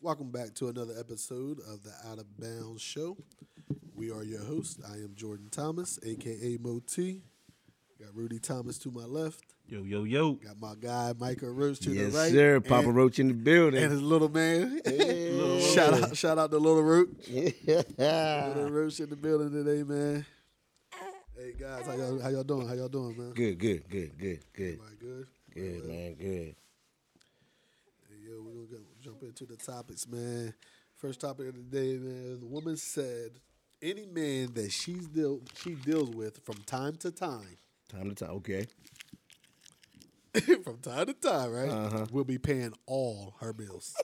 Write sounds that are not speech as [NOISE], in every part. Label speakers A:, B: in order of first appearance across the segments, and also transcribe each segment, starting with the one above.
A: Welcome back to another episode of the Out of Bounds Show. We are your hosts. I am Jordan Thomas, aka Moti. Got Rudy Thomas to my left.
B: Yo, yo, yo.
A: Got my guy Micah Roach to
C: yes,
A: the right.
C: sir. Papa
A: and,
C: Roach in the
A: and
C: building.
A: his little man. [LAUGHS]
C: Little Ah.
A: shout
C: Roach.
A: out, shout out to Little Roach. Little
C: good,
A: Roach in the building today, man. Hey guys, how y'all how y'all doing? How y'all doing, man?
C: [LAUGHS] good, good, good, good,
A: Everybody good?
C: good, man, good.
A: Hey, yo, we're gonna go, jump into the topics, man. First topic of the day, man. The woman said, any man that she's deal she deals with from time to time, [LAUGHS]
C: Time to time. Okay.
A: from time to time, right,
C: Uh-huh.
A: will be paying all her bills.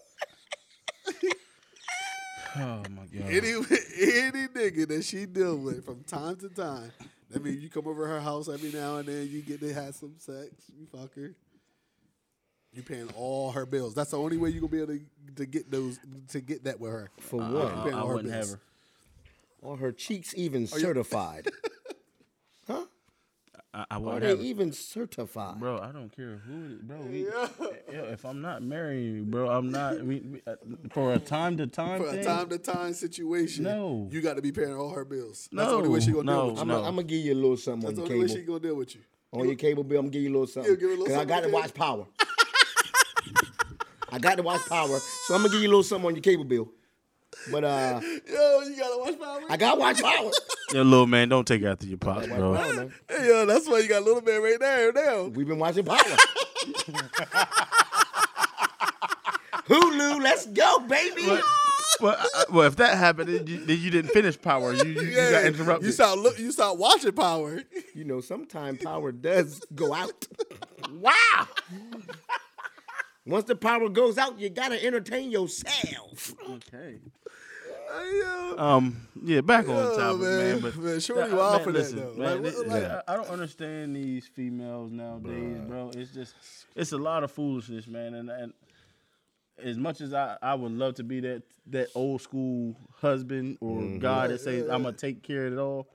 B: Oh my god.
C: Uh-huh.
A: any any nigga that she deal with from time to time. I mean, you come over her house every now and then. You get to have some sex. You fuck her. You paying all her bills. That's the only way you gonna be able to, to get those to get that with her.
C: For
B: I,
C: what?
B: I- I
A: All her
B: wouldn't have
A: bills.
B: her.
C: Are her cheeks
A: [LAUGHS]
C: even certified? huh?
B: I, I
C: Are
B: wouldn't
C: they
B: have her.
C: even certified?
B: Bro, I don't care who it is, bro. We, eh, yo, if I'm not marrying you, bro, I'm not. We, we, uh, for a time to time
A: [LAUGHS] For a
B: thing,
A: time to time situation,
B: No.
A: you got to be paying all her bills. That's the
B: No,
A: only way she gonna deal
B: no,
A: with you.
C: I'm
B: no.
C: gonna give you a little something
A: That's the
C: on
A: only
C: your
A: way she
C: cable.
A: gonna deal with you. [LAUGHS]
C: On your cable bill, I'm gonna give you a little something.
A: You'll give her a little
C: I got
A: something,
C: to watch
A: okay?
C: Power.
A: [LAUGHS]
C: I got to watch Power, so I'm gonna give you a little something on your cable bill. But uh,
A: Yo, you gotta watch Power.
C: I got to watch Power.
B: yo, little man, don't take it after your pops,
C: Watch
B: bro.
C: Power, man.
A: [LAUGHS] Hey, yo, that's why you got little man right there now.
C: We've been watching Power. [LAUGHS] Hulu, let's go, baby.
B: But, well, I, well, if that happened, then you, then you didn't finish power. You,
A: [LAUGHS]
B: you, you got interrupted.
A: you start look, you start watching Power. [LAUGHS]
C: You know, sometimes power does go out. wow. Once the power goes out, you gotta entertain yourself.
B: okay.
A: Hey, yo.
B: Um. Yeah. Back on
A: Oh,
B: topic, man.
A: man.
B: But
A: Man, Shorty
B: Yeah,
A: wild
B: man,
A: for that,
B: listen,
A: though.
B: man,
A: Like,
B: thi-
A: like-
B: yeah, I don't understand these females nowadays, bro. It's just it's a lot of foolishness, man. And and as much as I, I would love to be that that old school husband or
A: Mm-hmm.
B: guy that says I'm gonna take care of it all,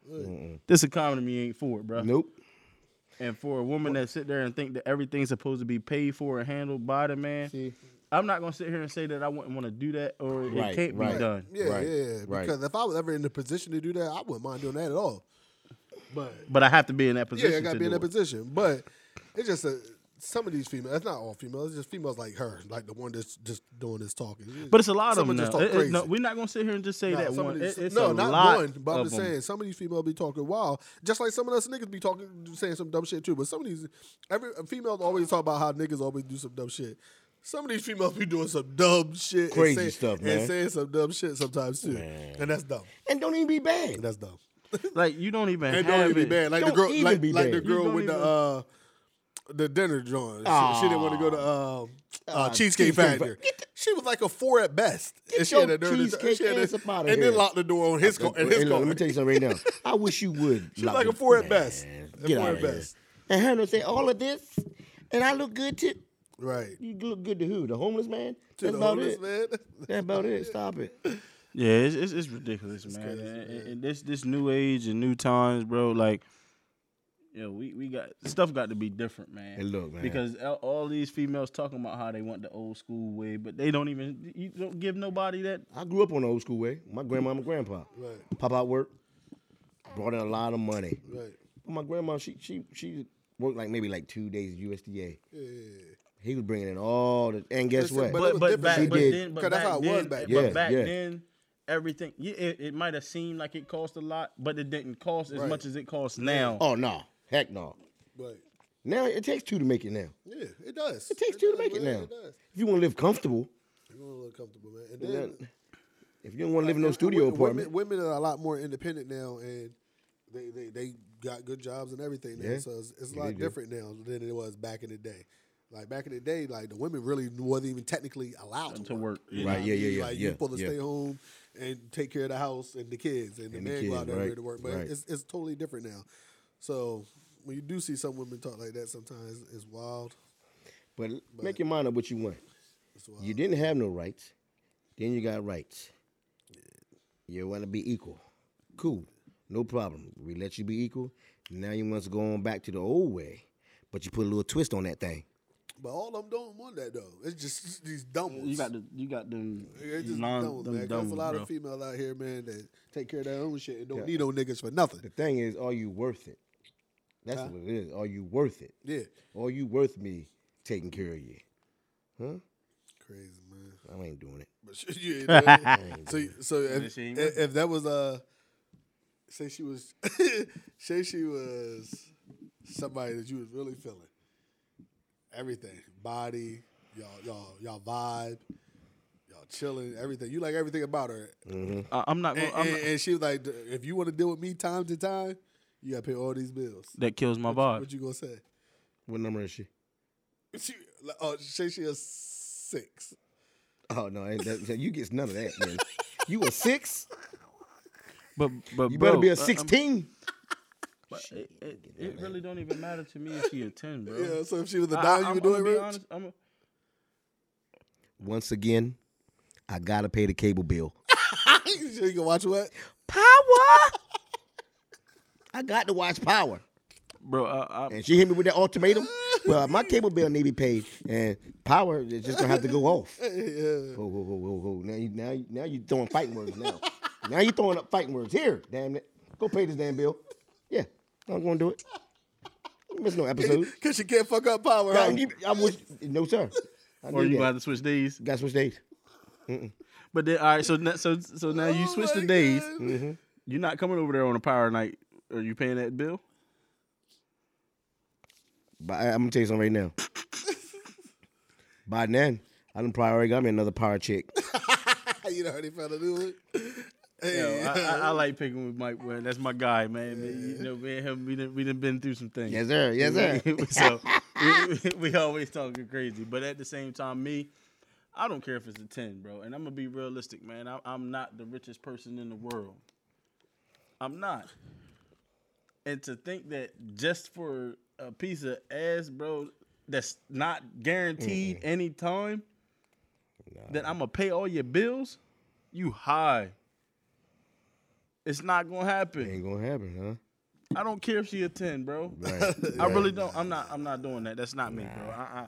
B: this economy ain't for it, bro.
C: Nope.
B: And for a woman that sit there and think that everything's supposed to be paid for and handled by the man,
C: See?
B: I'm not gonna sit here and say that I wouldn't want to do that or it
C: Right,
B: can't be
C: right.
B: done.
A: Yeah,
C: Right,
A: yeah.
C: right.
A: Because if I was ever in the position to do that, I wouldn't mind doing that at all. But
B: But I have to be in that position.
A: yeah, I gotta
B: to
A: be in
B: do
A: that
B: it.
A: position. But it's just a, some of these females. It's not all females. It's just females like her, like the one that's just doing this talking.
B: But it's a lot
A: Someone
B: of
A: just
B: them. now.
A: talk
B: It- it- no,
A: crazy.
B: we're not gonna sit here and just say
A: Nah,
B: that
A: some
B: one.
A: of
B: It,
A: these-
B: it's
A: no,
B: a
A: not
B: lot
A: one. But I'm
B: of
A: just
B: them.
A: saying, some of these females be talking wild, just like some of us niggas be talking, saying some dumb shit too. But some of these, every uh, females always talk about how niggas always do some dumb shit. Some of these females be doing some dumb shit, and
C: Crazy
A: saying-
C: stuff,
A: and
C: man.
A: saying some dumb shit sometimes too,
C: Man.
A: and that's dumb.
C: And don't even be bad.
A: That's dumb.
B: Like you don't even
A: And
B: have
A: don't even be
B: it.
A: bad. Like the
C: Don't
A: girl,
C: even
A: like,
C: be
A: like the
C: bad.
B: You
A: girl
B: don't
A: with the
B: even-
A: uh, the dinner joint. She,
C: Ah.
A: she didn't want to go to um, uh,
C: Ah,
A: Cheesecake
C: Cheesecake Fac-
A: Factory. She was like a four at best.
C: Get
A: and she
C: your
A: had a dirty,
C: cheesecake
A: she had a-
C: ass up outta
A: and
C: here.
A: then locked the door on his car.
C: Hey,
A: And his
C: look,
A: car.
C: let me tell you something right now. I wish you would.
A: She's
C: lock
A: like a
C: your-
A: four at
C: Man,
A: best. A
C: Get
A: four
C: out
A: at
C: of here.
A: best.
C: And her say all of this, and I look good to
A: [LAUGHS] Right.
C: you. Look good to who? The homeless man.
A: To
C: That's
A: the
C: about
A: homeless
C: it.
A: man. [LAUGHS]
C: That's about it. Stop it.
B: Yeah, it's, it's, it's ridiculous, man.
A: crazy,
B: and, and- and this this new age and new times, bro. Like, yo, we we got stuff got to be different, man.
C: Hey, look, man.
B: Because all, all these females talking about how they want the old school way, but they don't even you don't give nobody that.
C: I grew up on the old school way. My grandma and my grandpa.
A: Right.
C: Pop out work, brought in a lot of money.
A: Right.
C: But my grandma, she she she worked like maybe like two days at USDA.
A: Yeah.
C: He was bringing in all the and guess
A: Listen,
C: what?
A: But it
B: But
A: was
B: but
A: different
B: back,
C: back
B: but
C: then.
B: then, but
A: 'Cause that's
B: back
A: how it
B: then,
A: was back
B: but
C: then.
B: back
C: Yeah, yeah.
B: then, everything yeah, it, it might have seemed like it cost a lot, but it didn't cost as
A: Right.
B: much as it costs now.
C: oh no, heck no.
A: Right.
C: Now it takes two to make it. Now
A: Yeah, it does.
C: it takes two to
A: does,
C: make it.
A: man,
C: Now
A: It does.
C: if you want to live comfortable,
A: You want to look comfortable, man. And
C: then
A: then
C: that- if you don't want to live in no
A: And- and
C: studio
A: wo-
C: apartment,
A: Women, women are a lot more independent now, and they they, they got good jobs and everything now.
C: Yeah.
A: So it's, it's a
C: Yeah,
A: lot
C: they do.
A: different now than it was back in the day. Like back in the day, like the women really wasn't even technically allowed to,
B: To work,
A: You know
C: Right,
A: what I
C: yeah, yeah,
A: mean?
C: yeah,
A: Like
C: yeah,
A: you supposed to
C: yeah.
A: stay home and take care of the house and the kids, and the
C: And the
A: man go out
C: kids,
A: there
C: right,
A: to work. But
C: right.
A: it's it's totally different now. So when you do see some women talk like that, sometimes it's wild.
C: but make your mind up what you want.
A: It's wild.
C: You didn't have no rights, then you got rights. You want to be equal, cool, no problem. We let you be equal. Now you must go on back to the old way, but you put a little twist on that thing.
A: But all of them don't want that though. It's just these dumb ones.
B: You got the you got them.
A: It's just
B: non-
A: dumb,
B: them
A: man. 'Cause
B: dumb
A: There's a lot
B: bro.
A: of females out here, man, that take care of their own shit and don't
C: Yeah.
A: need no niggas for nothing.
C: The thing is, are you worth it? That's what it is. Are you worth it?
A: Yeah,
C: Are you worth me taking care of you?
A: crazy man.
C: I ain't doing it.
A: But [LAUGHS] shit, yeah, man. so so
B: Then
A: if,
B: she ain't
A: if, if that was uh say she was [LAUGHS] say she was somebody that you was really feeling everything body y'all y'all y'all vibe y'all chilling everything you like everything about her
B: I, I'm not. Gonna,
A: and,
B: I'm
A: and-
B: not
A: and she was like if you want to deal with me time to time you gotta pay all these bills
B: that kills my
A: what
B: vibe.
A: you gonna say
C: What number is she?
A: she, like, oh say she a six
C: Oh no, ain't that, you gets none of that. Man. You a six?
B: But but
C: You better
B: bro, uh, um,
C: be a
B: I- I'm-
C: sixteen.
B: but It, it, it really don't even matter to me if she a ten, bro.
A: yeah so if she was a
B: Oh. I-
A: nine
B: I-
A: you
B: I'm-
A: would do
B: I'm
A: it
B: gonna be
A: Rich? [LAUGHS]
B: honest, I'm a-
C: Once again, I gotta pay the cable bill.
A: you can watch what
C: Power. [LAUGHS] I got to watch Power.
B: bro. I, I,
C: And she hit me with that ultimatum. Well, my cable bill need to be paid, and Power is just gonna have to
B: [LAUGHS]
C: go off.
A: yeah
C: Whoa, whoa, whoa, whoa, whoa! Now you, now, you, now you throwing fighting words now. now you throwing up fighting words here. Damn it! Go pay this damn bill. Yeah, I'm gonna do it. There's no
B: [LAUGHS]
C: episode.
A: [LAUGHS] Cause you can't fuck up power.
C: I,
A: Huh?
C: I wish, no sir. I
B: or
C: knew
B: you
C: that.
B: got to switch days.
C: Got switch days.
B: But then all right, so na- so so now you
A: Oh
B: switch the
A: my
B: days. Mm-hmm.
A: God.
B: You're not coming over there on a power night. Are you paying that bill?
C: But I, I'm gonna tell you something right now. By then, I done probably already got me another power chick.
A: [LAUGHS] you done already found a new one. Hey, [LAUGHS]
B: Yo, I, I, I like picking with Mike. Well, that's my guy, man. You know, me and him, we done, we done been through some things.
C: Yes sir. Yes sir.
B: [LAUGHS] so we, [LAUGHS] we, we always talking crazy, but at the same time, me, I don't care if it's a ten, bro. And I'm gonna be realistic, man. I, I'm not the richest person in the world. I'm not. And to think that just for a piece of ass, bro, that's not guaranteed any time, that I'm gonna pay all your bills, you high. It's not gonna happen.
C: [LAUGHS] Ain't gonna happen,
B: I don't care if she a ten, bro.
C: huh? Right.
B: I really don't. I'm not. I'm not doing that. That's not me, bro. I, I,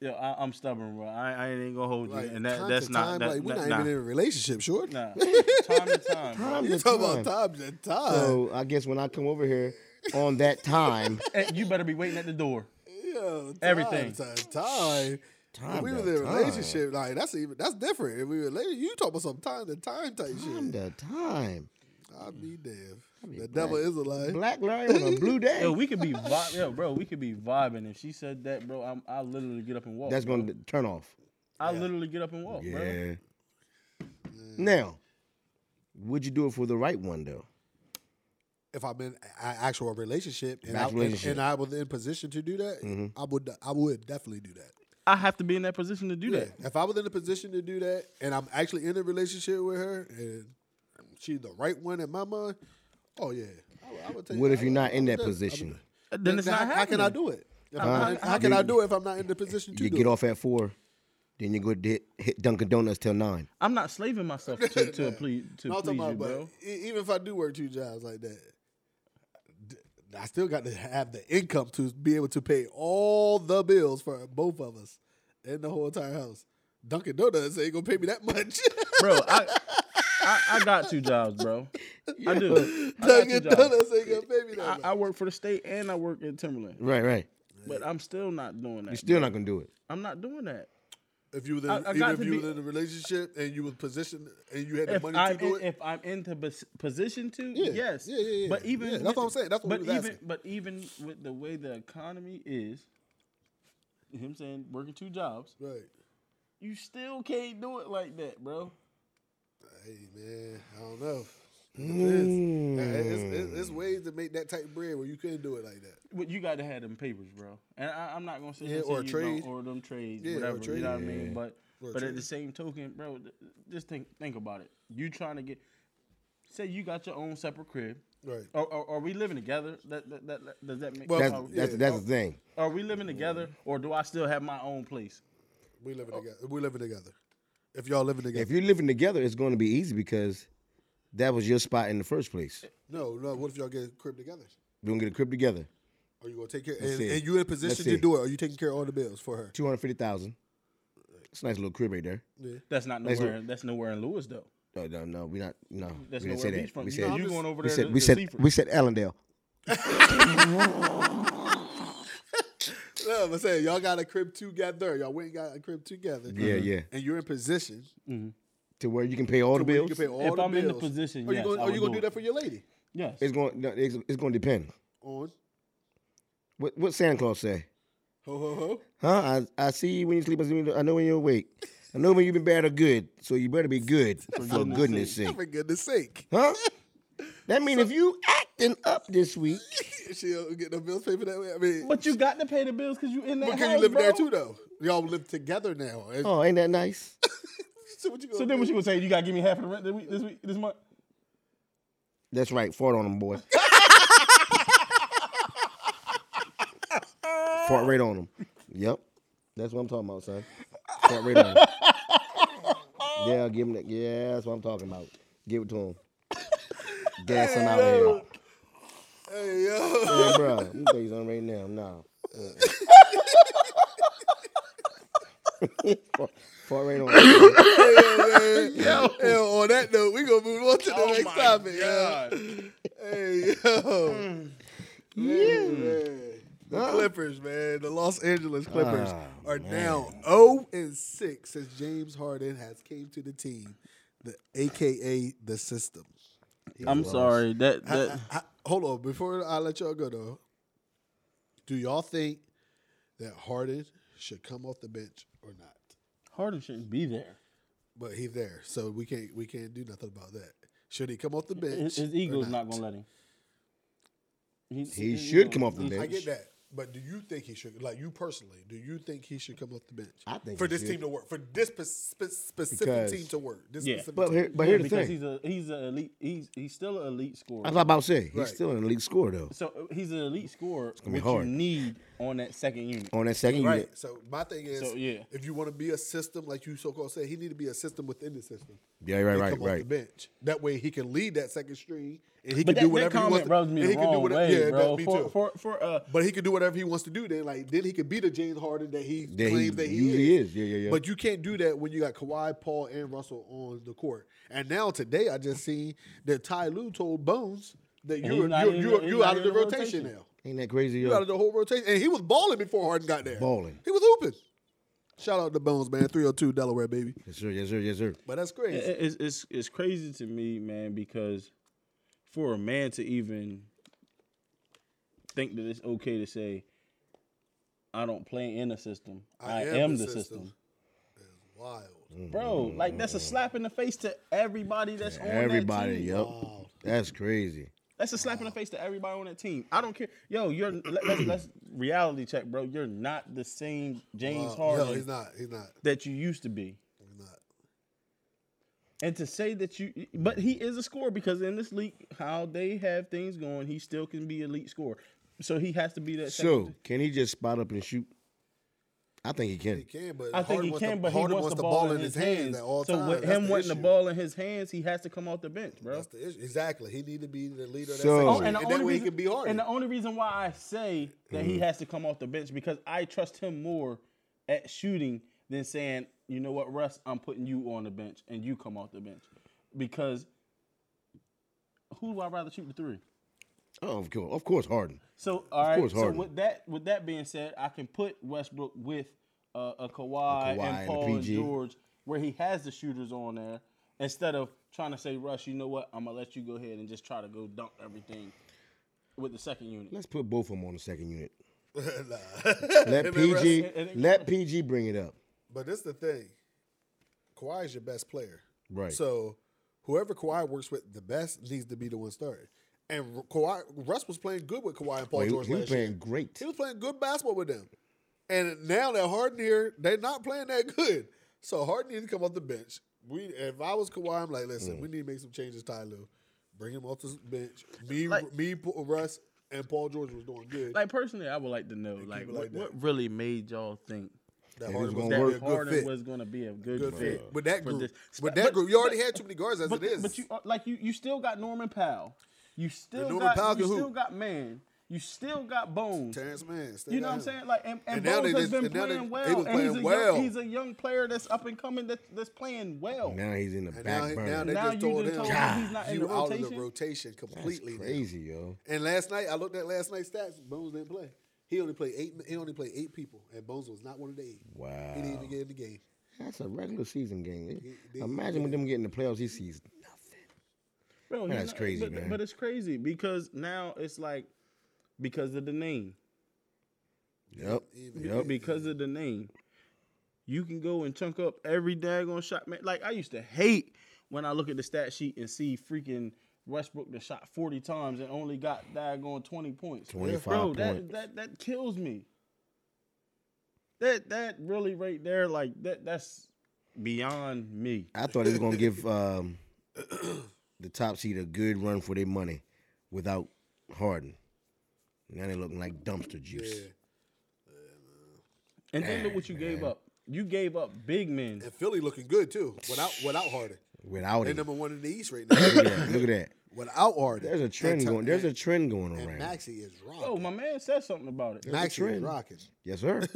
B: yo, I, I'm stubborn, bro. I, I ain't gonna hold you,
A: like,
B: and that,
A: time
B: that's
A: to
B: not.
A: time,
B: that,
A: like we're
B: that-
A: not even in a relationship, sure.
B: nah,
A: [LAUGHS]
B: nah. Time to time. Bro.
C: Time
A: You
C: to
A: talk
C: time.
A: about time to time.
C: So I guess when I come over here on that time,
B: Hey, you better be waiting at the door.
A: Yo, time
B: Everything.
A: to time.
C: Time
A: If we
C: to
A: was in a
C: time.
A: relationship, like that's even that's different. If we were later, you talk about some time to time type
C: time
A: shit.
C: to time.
A: I'll be damned.
C: be
A: the devil
C: black.
A: is a lie.
C: Black lion on a blue day.
B: Yo, we could
A: [LAUGHS]
B: be vibe. Yo, bro, we could be vibing. If she said that, bro, I'm, I literally get up and walk.
C: That's
B: bro.
C: gonna turn off.
B: I literally get up and walk, bro.
C: Now, would you do it for the right one though?
A: If I'm in a- a- actual relationship and, I,
C: Actual relationship.
A: and
C: Mm-hmm.
A: I was in position to do that, I would I would definitely do that.
B: I have to be in that position to do
A: Yeah,
B: that.
A: if I was in a position to do that, and I'm actually in a relationship with her, and she's the right one in my mind, oh yeah. I, would- I would take
C: What
A: it.
C: if you're
A: I would-
C: not in
A: I would
C: that
A: do it. I would
C: position?
A: do it.
B: Then it's
A: how,
B: not
A: how
B: happening. Uh-huh.
A: can I do it? If I'm not in- how can I do it if I'm not in the position to
C: You
A: do
C: get
A: it?
C: off at four, then you go to hit, hit Dunkin' Donuts till nine.
B: I'm not slaving myself
A: [LAUGHS]
B: to, to please to
A: No, I'm
B: please
A: talking
B: you,
A: about,
B: bro.
A: but e- even if I do work two jobs like that, d- I still got to have the income to be able to pay all the bills for both of us and the whole entire house. Dunkin' Donuts ain't gonna pay me that much.
B: Bro, I, I I got two jobs, bro.
A: [LAUGHS]
B: I do. I got two
A: Dunkin'
B: jobs.
A: Donuts ain't gonna pay me that
B: I,
A: much.
B: I work for the state and I work in Timberland,
C: Right, right.
B: but I'm still not doing
C: You're
B: that.
C: still not gonna do it.
B: I'm not doing that.
A: If you were in,
B: I- I
A: even
B: got
A: if
B: to
A: you
B: be-
A: were in a relationship and you was positioned and you had the
B: If
A: money
B: I'm
A: to do
B: in,
A: it,
B: if I'm into pos- position to,
A: Yeah,
B: yes,
A: yeah, yeah, yeah.
B: But even
A: Yeah, that's what I'm saying. That's what
B: but
A: we was
B: even
A: asking.
B: but even with the way the economy is, him saying working two jobs,
A: right?
B: you still can't do it like that, bro.
A: Hey man, I don't know. It depends. It's,
B: Hmm.
A: it's- it's ways to make that type of bread where you couldn't do it like that.
B: But you got to have them papers, bro. And I, I'm not gonna say
A: Yeah,
B: yeah,
A: or
B: or
A: a
B: trade
A: trade.
B: or them trades,
A: Yeah, or a
B: whatever.
A: trade.
B: You know what I mean? But
A: Or a
B: but at
A: trade.
B: the same token, bro, th- just think think about it. You trying to get say you got your own separate crib.
A: Right.
B: Are, are, are we living together? That, that, that, that- does that make
A: Well,
C: That's
B: are,
A: yeah.
C: that's that's the thing.
B: are we living together, or do I still have my own place?
A: We
B: Oh.
A: living together. We living together. If y'all living together,
C: If you're living together, it's gonna be easy because that was your spot in the first place.
A: no, no. What if y'all get a crib together?
C: We're gonna get a crib together.
A: Are you gonna take care?
C: Let's
A: And,
C: see.
A: and you in a
C: Let's
A: position
C: see.
A: to do it? Are you taking care of all the bills for her?
C: Two hundred fifty thousand. It's a nice little crib right there.
B: That's not
C: Let's do
B: nowhere. That's nowhere in Lewis though.
C: No, no, no. We not. No,
B: That's
C: we
B: nowhere
C: didn't say that.
B: beachfront.
C: We
B: you know,
C: said.
B: you going over
C: We
B: there?
C: said.
B: to,
C: We
B: to
C: said.
B: Seaford.
C: We said Allendale.
A: No, I'm saying y'all got a crib together. Y'all went and got a crib together. Mm-hmm.
C: Yeah, yeah.
A: And you're in position
C: To where you can pay all the
A: to where you
C: bills.
A: can pay all
B: If
A: the
B: I'm in
A: bills.
B: the position,
A: are you
B: yes,
A: gonna,
B: I
A: are you
B: would
A: gonna
B: do
A: do
B: it.
A: that for your lady?
B: yes.
C: It's going. No, it's, it's going to depend.
A: On
C: What What Santa Claus say?
A: ho ho ho.
C: Huh? I, I see you when you sleep. I, see you- I know when you're awake. I know when you've been bad or good. So you better be good for your
B: goodness
C: goodness sake.
A: For goodness [LAUGHS] sake,
C: Huh?
B: [LAUGHS]
C: That mean if you acting up
B: [LAUGHS]
C: this week,
A: she'll get uh, the bills paid for that way. I mean,
B: But you got to pay the bills because you in that
A: because
B: house,
A: you live
B: bro.
A: there too, though. Y'all live together now. And
C: oh, ain't that nice?
A: [LAUGHS] so what you
B: So
A: gonna
B: then,
A: do?
B: what you gonna say? You gotta give me half of the rent this week, this, week, this month.
C: That's right. Fart on
B: [LAUGHS]
C: them, boy. Fart right on them. Yep. That's what I'm talking about, son. Fart right on them.
B: [LAUGHS]
C: Yeah, give them that. Yeah, that's what I'm talking about. Give it to them. Gas them out here.
A: Hey, yo.
C: Yeah, bro. Let me tell you something right now.
B: [LAUGHS]
C: No. Uh-uh. [LAUGHS] fart, fart right on them.
A: And on that note, we gonna move on to the next topic. yo. Hey yo. Yeah. The Clippers, man. The Los Angeles Clippers are now 0 and 6 since James Harden has came to the team, the AKA the system.
B: I'm sorry. That
A: I-
B: that
A: I- I- hold on, before I let y'all go though, do y'all think that Harden should come off the bench or not?
B: Harden shouldn't be there.
A: But he's there, so we can't we can't do nothing about that. Should he come off the bench?
B: His, his
A: or
B: ego's not gonna let him.
C: He should come off the bench.
A: I get that. But do you think he should, like you personally, do you think he should come off the bench?
C: I think
A: for
C: he
A: this
C: should.
A: team to work, for this pe- spe- specific
C: Because-
A: team to work. This
B: Yeah.
A: specific
C: But
A: team.
C: here, but here's the
B: because
C: thing.
B: he's a he's an elite. He's he's still an elite scorer.
C: I was about to say he's
A: Right.
C: still an elite scorer though.
B: So uh, he's an elite scorer.
C: be
B: What
C: hard.
B: you need on that second unit.
C: On that second
A: right.
C: unit,
A: So my thing is,
B: So, yeah.
A: if you want to be a system, like you so called say, he need to be a system within the system.
C: yeah, right,
A: and
C: right,
A: come off the
C: right.
A: bench. That way he can lead that second string and he
B: But
A: can
B: that,
A: do whatever
B: that
A: he wants.
B: comment
A: to-
B: rubs me
A: and
B: the
A: he can do
B: wrong
A: whatever,
B: way,
A: yeah,
B: bro.
A: That, me
B: for,
A: too.
B: for for uh,
A: but he can do whatever he wants to do. Then, like, then he could be the James Harden that he
C: That he
A: claims that he
C: usually is. Yeah, yeah, yeah.
A: But you can't do that when you got Kawhi, Paul, and Russell on the court. And now today, I just seen that Ty Lue told Bones that
B: he's
A: you're
B: not
A: you're,
B: in the-
A: you're,
B: he's
A: you're
B: not
A: out of
B: in
A: the
B: the
A: rotation,
B: rotation.
A: now.
C: Ain't that crazy,
A: You're out of
C: yo?
A: the whole rotation, and he was balling before Harden got there.
C: Balling.
A: He was hooping. Shout out to Bones, man. Three hundred two Delaware, baby.
C: Yes, sir. Yes, sir. Yes, sir.
A: But that's crazy.
B: it- it's it's it's crazy to me, man, because for a man to even think that it's okay to say, I don't play in a system. I, am, the system.
A: Wild.
C: Mm.
B: Bro, like that's a slap in the face to everybody that's on
C: Everybody,
B: that team.
C: yep.
A: oh,
C: That's crazy.
B: That's a slap in the face to everybody on that team. I don't care. Yo, you're let, let's, let's reality check, bro. You're not the same James Harden
A: No, he's not. He's not.
B: that you used to be.
A: He's not.
B: And to say that you, but he is a scorer because in this league, how they have things going, he still can be elite scorer. So he has to be that.
C: So can he just spot up and shoot? I think he
A: He
C: can.
A: can, but
B: I think
A: Harden
B: he
A: wants
B: can,
A: the,
B: but he
A: Harden
B: wants, the ball, in his hands.
A: at all
B: so
A: times.
B: with
A: That's
B: him wanting the
A: issue.
B: ball in his hands, he has to come off the bench, bro.
A: That's the issue. Exactly. He need to be the leader. Of that
C: So-
A: section.
C: Oh,
A: and,
B: the
A: that
B: only
A: way
B: reason,
A: he can be Mm-hmm. hard. [LAUGHS]
B: And the only reason why I say that he has to come off the bench because I trust him more at shooting than saying, you know what, Russ, I'm putting you on the bench and you come off the bench. Because who do I rather shoot the three?
C: Oh, of course, of course, Harden.
B: So all right.
C: course,
B: so
C: Harden.
B: with that with that being said, I can put Westbrook with uh, a, Kawhi
C: A Kawhi and a
B: and Paul and,
C: PG.
B: George, where he has the shooters on there, instead of trying to say, Russ, you know what? I'm gonna let you go ahead and just try to go dunk everything with the second unit.
C: Let's put both of them on the second unit.
B: [LAUGHS]
A: nah.
C: Let
A: And then Russ-
C: PG,
B: it- it-
C: let PG bring it up.
A: But this is the thing. Kawhi is your best player.
C: Right.
A: So whoever Kawhi works with the best needs to be the one starting. And Kawhi, Russ was playing good with Kawhi and Paul
C: Well, he,
A: George
C: he was
A: last year.
C: playing great.
A: He was playing good basketball with them. And now that Harden here, they're not playing that good. So Harden needs to come off the bench. We, if I was Kawhi, I'm like, listen,
C: Mm.
A: we need to make some changes, Ty Lue. Bring him off the bench. Me,
B: Like-
A: me, P- Russ, and Paul George was doing good.
B: Like personally, I would like to know, like,
A: it
B: what,
A: like that.
B: what really made y'all think
A: that
C: was
A: Harden was, gonna
C: gonna
A: be
B: that
A: a good
B: Harden
A: fit.
B: was gonna be a good,
A: good
B: fit?
A: fit. With that
B: for
A: group,
B: this.
A: with that
B: But-
A: group, you already
B: but-
A: had too many guards as
B: But, uh,
A: it is.
B: but you are- like you you still got Norman Powell. You still
A: Norman
B: got
A: Powell
B: you
A: can
B: still
A: hoop.
B: got man. You still got bones.
A: Terrence Mann. stay
B: You know what
A: down.
B: I'm saying? Like, and, and,
A: And now
B: Bones
A: they just-
B: has been
A: and now they-
B: playing
A: they
B: well.
A: was
B: and he's a,
A: playing
B: young,
A: well.
B: he's a young player that's up and coming that, that's playing well.
C: Now he's in the
A: And
C: back
A: now,
C: burner.
A: now they
B: Now
A: just
B: you
A: told
B: just
A: him,
B: told him he's not in
A: you
B: the
A: out of the
B: rotation?
A: rotation completely. now."
C: Crazy, yo.
A: And last night, I looked at last night's stats. Bones didn't play. He only played eight. He only played eight people, and Bones was not one of the eight. He didn't
C: Wow.
A: even get in the game.
C: That's a regular season game. eh?
A: they-
C: Imagine when them get in the playoffs, he sees nothing.
B: Bro,
C: Man,
B: he's
C: that's crazy,
B: but,
C: man.
B: But it's crazy because now it's like because of the name.
C: Yep.
A: Even-
B: [LAUGHS]
C: Yep.
B: Because of the name, you can go and chunk up every daggone shot. Man, like I used to hate when I look at the stat sheet and see freaking Westbrook that shot forty times and only got daggone twenty points.
C: 25
B: Bro, that,
C: points.
B: that that kills me. That that really right there, like that that's beyond me.
C: I thought he was gonna give um, [CLEARS THROAT] the top seed a good run for their money without Harden. Now they looking like dumpster juice.
A: Yeah.
B: And then look what you gave up. You gave up big men.
A: And Philly looking good too, without without Harden.
C: Without
A: They
C: it,
A: number one in the East right
C: look
A: now.
C: at that. [COUGHS] Look at that.
A: without Harden,
C: There's a trend
A: And Ty-
C: going. There's a
A: and-
C: trend going
A: and
C: around.
A: Maxi is
B: Oh,
A: rocking.
B: my man said something about it.
C: a
A: Maxi is
C: trend.
A: rocking. [LAUGHS]
C: Yes, sir.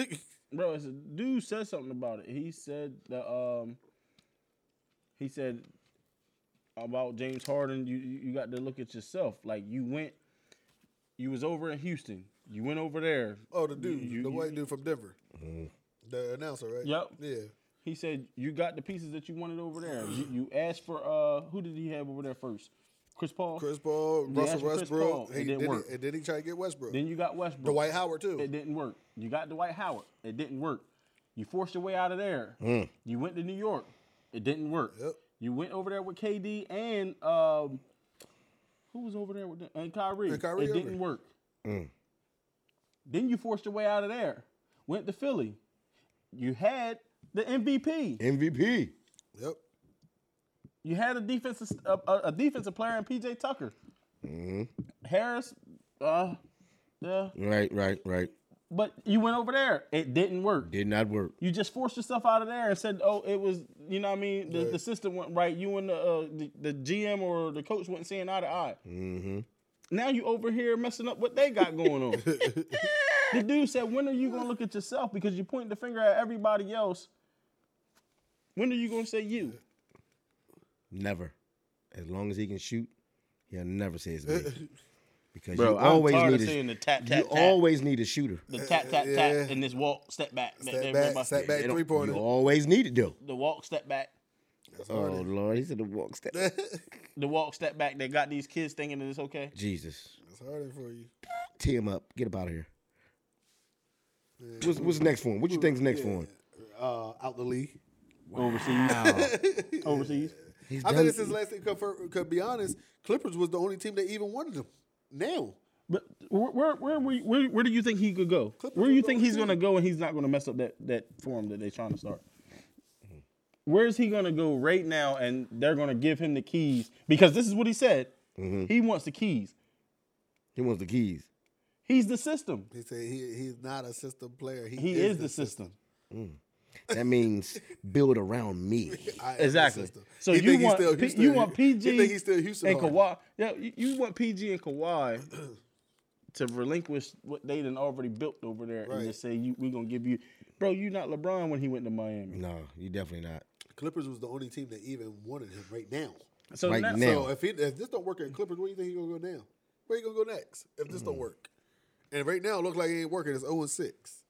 B: bro. It's a dude said something about it. He said that um, he said about James Harden. You you you got to look at yourself. Like you went, you was over in Houston. You went over there.
A: Oh, the dude,
B: You-
A: the
B: you-
A: white dude from Denver,
C: Mm-hmm.
A: the announcer, right?
B: Yep.
A: Yeah.
B: He said you got the pieces that you wanted over there. You, you asked for uh, who did he have over there first? Chris Paul.
A: Chris Paul,
B: You
A: Russell
B: asked for Chris Paul,
A: Westbrook.
B: it
A: He,
B: didn't
A: then he-
B: work.
A: and then he tried to get Westbrook.
B: Then you got Westbrook.
A: Dwight Howard too.
B: It didn't work. You got Dwight Howard. It didn't work. You forced your way out of there. You went to New York. It didn't work.
A: Hmm. Yep.
B: You went over there with KD and um, who was over there with the, and Kyrie.
A: And Kyrie
B: it
A: Irving. Hmm.
B: didn't work. Then you forced your way out of there. Went to Philly. You had the MVP.
C: MVP.
A: Yep.
B: You had a defensive a, a- a defensive player in PJ Tucker.
A: Hmm.
B: Harris. Uh, yeah.
C: Right, right, right.
B: But you went over there. It didn't work.
C: Did not work.
B: You just forced yourself out of there and said, "Oh, it was you know what I mean the, the system went right. You and the, uh, the the GM or the coach wasn't seeing eye to eye.
C: Mm-hmm.
B: Now you over here messing up what they got going on." the dude said, "When are you gonna look at yourself? Because you pointing the finger at everybody else. When are you gonna say you?"
C: Never. As long as he can shoot, he'll never say
A: [LAUGHS]
C: his name. Because
B: Bro,
C: you
B: I'm
C: always
B: tired
C: need
B: of
C: a,
B: seeing the tap,
C: you
B: tap, tap.
C: always need a shooter.
B: The tap tap tap
A: Yeah.
B: and this walk step back,
A: Step back, step back,
C: They don't-
A: three pointer.
C: You always need it though.
B: the walk step back,
C: Oh Lord, he said the walk [LAUGHS] step.
B: the walk step back. They got these kids thinking that it's okay.
C: Jesus,
A: It's harder for you.
C: tee him up. Get him out of here. What's, what's the next one? What you think's next one?
A: Uh, out the league.
B: Overseas, [LAUGHS] overseas.
C: He's
A: I
C: done-
A: think this is last thing. Because be honest, Clippers was the only team that even wanted him. Now,
B: But where where where, were you- where where do you think he could go?
A: Clippers
B: Where do you
A: are
B: think
A: going
B: he's gonna go and he's not gonna mess up that that form that they're trying to start? Where is he gonna go right now? And they're gonna give him the keys because this is what he said. He wants the keys.
C: he wants the keys.
B: He's the system.
A: he said he, he's not a system player. He,
B: He is, the system.
C: That means [LAUGHS] build around me. [LAUGHS]
A: I am the
B: Exactly.
A: system.
B: So
A: He
B: you
A: think he's
B: want
A: still
B: P-
A: Houston-
B: you want PG
A: He think he's still Houston
B: and
A: Harden.
B: Kawhi. Yeah, you, you want PG and Kawhi [CLEARS THROAT] to relinquish what they done already built over there
A: Right.
B: and just say you, we're gonna give you, bro. You not LeBron when he went to Miami.
C: No, you definitely not.
A: Clippers was the only team that even wanted him right now.
B: So
C: Right
B: now,
C: now.
A: So if, he, if this don't work at Clippers, where you think he gonna go now? Where he gonna go next if this
B: Mm.
A: don't work? And right now, it look like it ain't working. It's zero and six.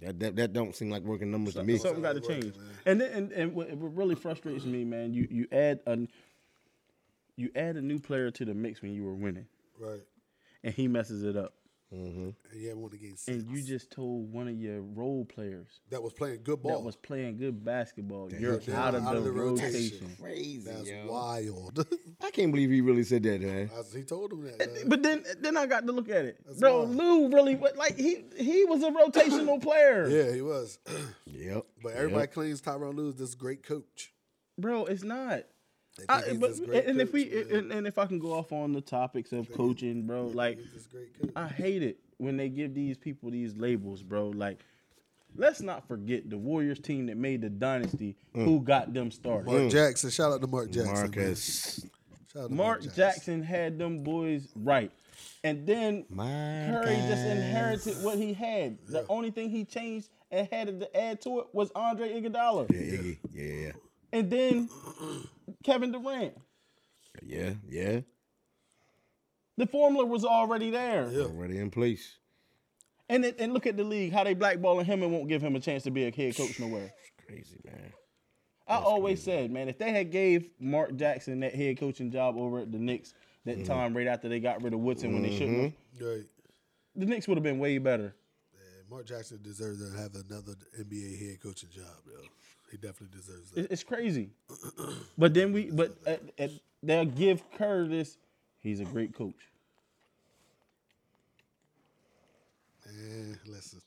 C: That, that that don't seem like working numbers to me.
B: Something got to
A: Something
B: change. And then, and, and what, what really frustrates me, man, you you add a you add a new player to the mix when you were winning,
A: Right.
B: and he messes it up,
C: Mm-hmm.
A: And you haven't won the game since.
B: and you just told one of your role players
A: that was playing good
B: that
A: ball.
B: was playing good basketball, you're
A: you're
B: out of,
A: out of
B: the,
A: the rotation.
B: rotation.
C: Crazy,
A: That's
C: yo.
A: wild. [LAUGHS]
C: I can't believe he really said that, man.
A: As he told him that.
B: [LAUGHS]
A: uh,
B: But then, then I got to look at it, bro.
A: wild.
B: Lou really, but like he he was
A: [COUGHS]
B: a rotational player,
A: yeah, he was. [CLEARS THROAT]
C: Yep.
A: But everybody claims Tyronn Lue is this great coach.
B: bro. It's not.
A: They think
B: I,
A: he's
B: Uh, but,
A: this
B: and
A: great
B: if we
A: coach, man.
B: and, and if I can go off on the topics of coaching, bro, like
A: He's this great coach.
B: I hate it when they give these people these labels, bro. Like, let's not forget the Warriors team that made the dynasty, who got them started.
A: Mark Jackson. Shout out to Mark Jackson. man.
C: Marcus.
A: Shout out to
B: Mark Jackson had them boys right. And then
C: My
B: Curry just
C: God.
B: inherited what he had. The only thing he changed and had to add to it was Andre Iguodala,
C: Yeah, Iggy. Yeah,
B: and then Kevin Durant.
C: yeah, yeah.
B: The formula was already there.
C: Already in place.
B: And it, and look at the league, how they blackballing him and won't give him a chance to be a head coach nowhere.
C: Crazy man.
B: I always said, man, if they had gave Mark Jackson that head coaching job over at the Knicks that time right after they got rid of Woodson when they shouldn't, have,
A: Right.
B: the Knicks would have been way better.
A: And Mark Jackson deserves to have another NBA head coaching job, yo. He definitely deserves that.
B: It- It's [COUGHS] crazy. But then we, but at, at, they'll give Kerr this. He's a great coach.
A: Man, Eh, listen,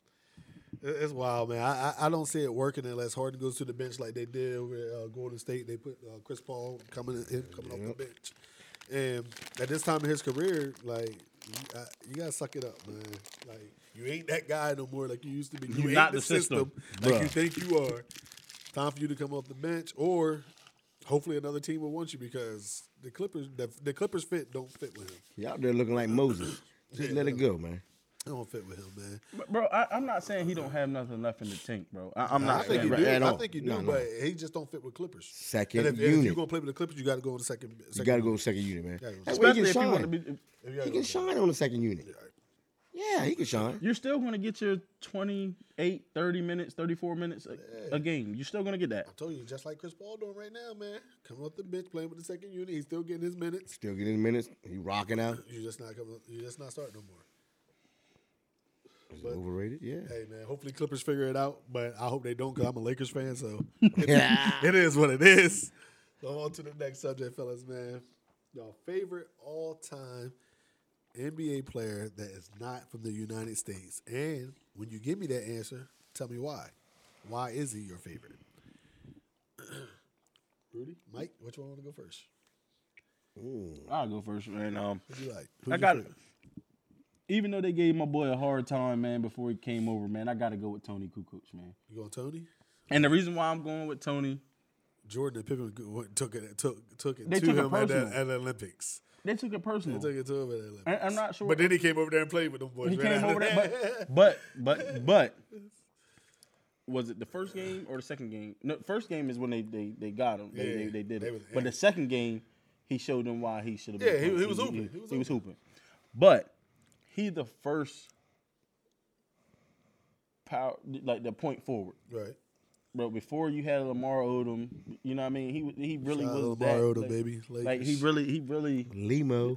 A: It- it's wild, man. I, I I don't see it working unless Harden goes to the bench like they did over at uh, Golden State. They put uh, Chris Paul coming in, him coming off the bench, and at this time in his career, like you, I, you gotta suck it up, man. Like you ain't that guy no more. Like you used to be. You
B: You're
A: ain't
B: not
A: the
B: the system,
A: system, like you think you are. Time for you to come off the bench, or hopefully another team will want you because the Clippers the, the Clippers fit don't fit with him.
C: Y'all there looking like Moses. Just let it go, man.
A: It don't fit with him, man.
B: But bro, I, I'm not saying he don't have nothing left in the tank, bro. I, am
A: I
B: not.
A: think
B: saying
A: you
C: right,
A: do.
C: at
A: I
C: all.
A: think you do,
C: No, no.
A: but he just don't fit with Clippers.
C: Second
A: and if, if you're
C: unit.
A: gonna play with the Clippers, you got to go on the second. second
C: You gotta go second unit, man.
A: Gotta go
C: That's where he
B: Especially if
C: can
B: you want to
C: shine.
B: be,
A: If you gotta
C: He
A: go
C: can
A: with
C: shine on the second unit.
A: right.
C: Yeah, he can shine.
B: you're still going to get your 28, 30 minutes, 34 minutes a, a game. You're still going to get that.
A: I told you, just like Chris Paul doing right now, man. Coming off the bench, playing with the second unit, he's still getting his minutes.
C: Still getting minutes. He rocking out.
A: You just not coming. You just not starting no more.
C: Is it overrated? Yeah.
A: Hey man, hopefully Clippers figure it out, but I hope they don't because I'm a Lakers fan. So [LAUGHS] it
C: [LAUGHS]
A: is what it is. So on to the next subject, fellas, man. Y'all favorite all time NBA player that is not from the United States, and when you give me that answer, tell me why. Why is he your favorite? [CLEARS THROAT] Rudy, Mike, which one want to go first?
B: I'll go first, man. Um,
A: Who you like?
B: I
A: Who's
B: got
A: your
B: it. Even though they gave my boy a hard time, man, before he came over, man, I got to go with Tony Kukoc, man.
A: You going Tony?
B: And the reason why I'm going with Tony,
A: Jordan and Pippen go- went- took it took took it
B: They
A: to
B: took it
A: him at the,
B: personal.
A: at the Olympics.
B: they took it personal.
A: They took it to him at the Olympics.
B: I- I'm not sure.
A: But then he came over there and played with them boys.
B: He
A: right
B: came
A: after
B: over there, but
A: [LAUGHS]
B: but but but was it the first game or the second game? No, first game is when they they, they got him. They,
A: Yeah,
B: they, they did
A: they
B: it.
A: was
B: but the
A: angry.
B: second game, he showed them why he should have.
A: Yeah,
B: been
A: he-
B: playing.
A: he was hooping. He was
B: He was
A: hooping.
B: hooping. But he the first power like the point forward.
A: [LAUGHS] Right.
B: Bro, before you had Lamar Odom, you know what I mean? He wa- he really
A: Shout out
B: was
A: Lamar
B: that,
A: Odom,
B: like,
A: baby.
B: Like he
A: Lakers.
B: really he really
C: Limo.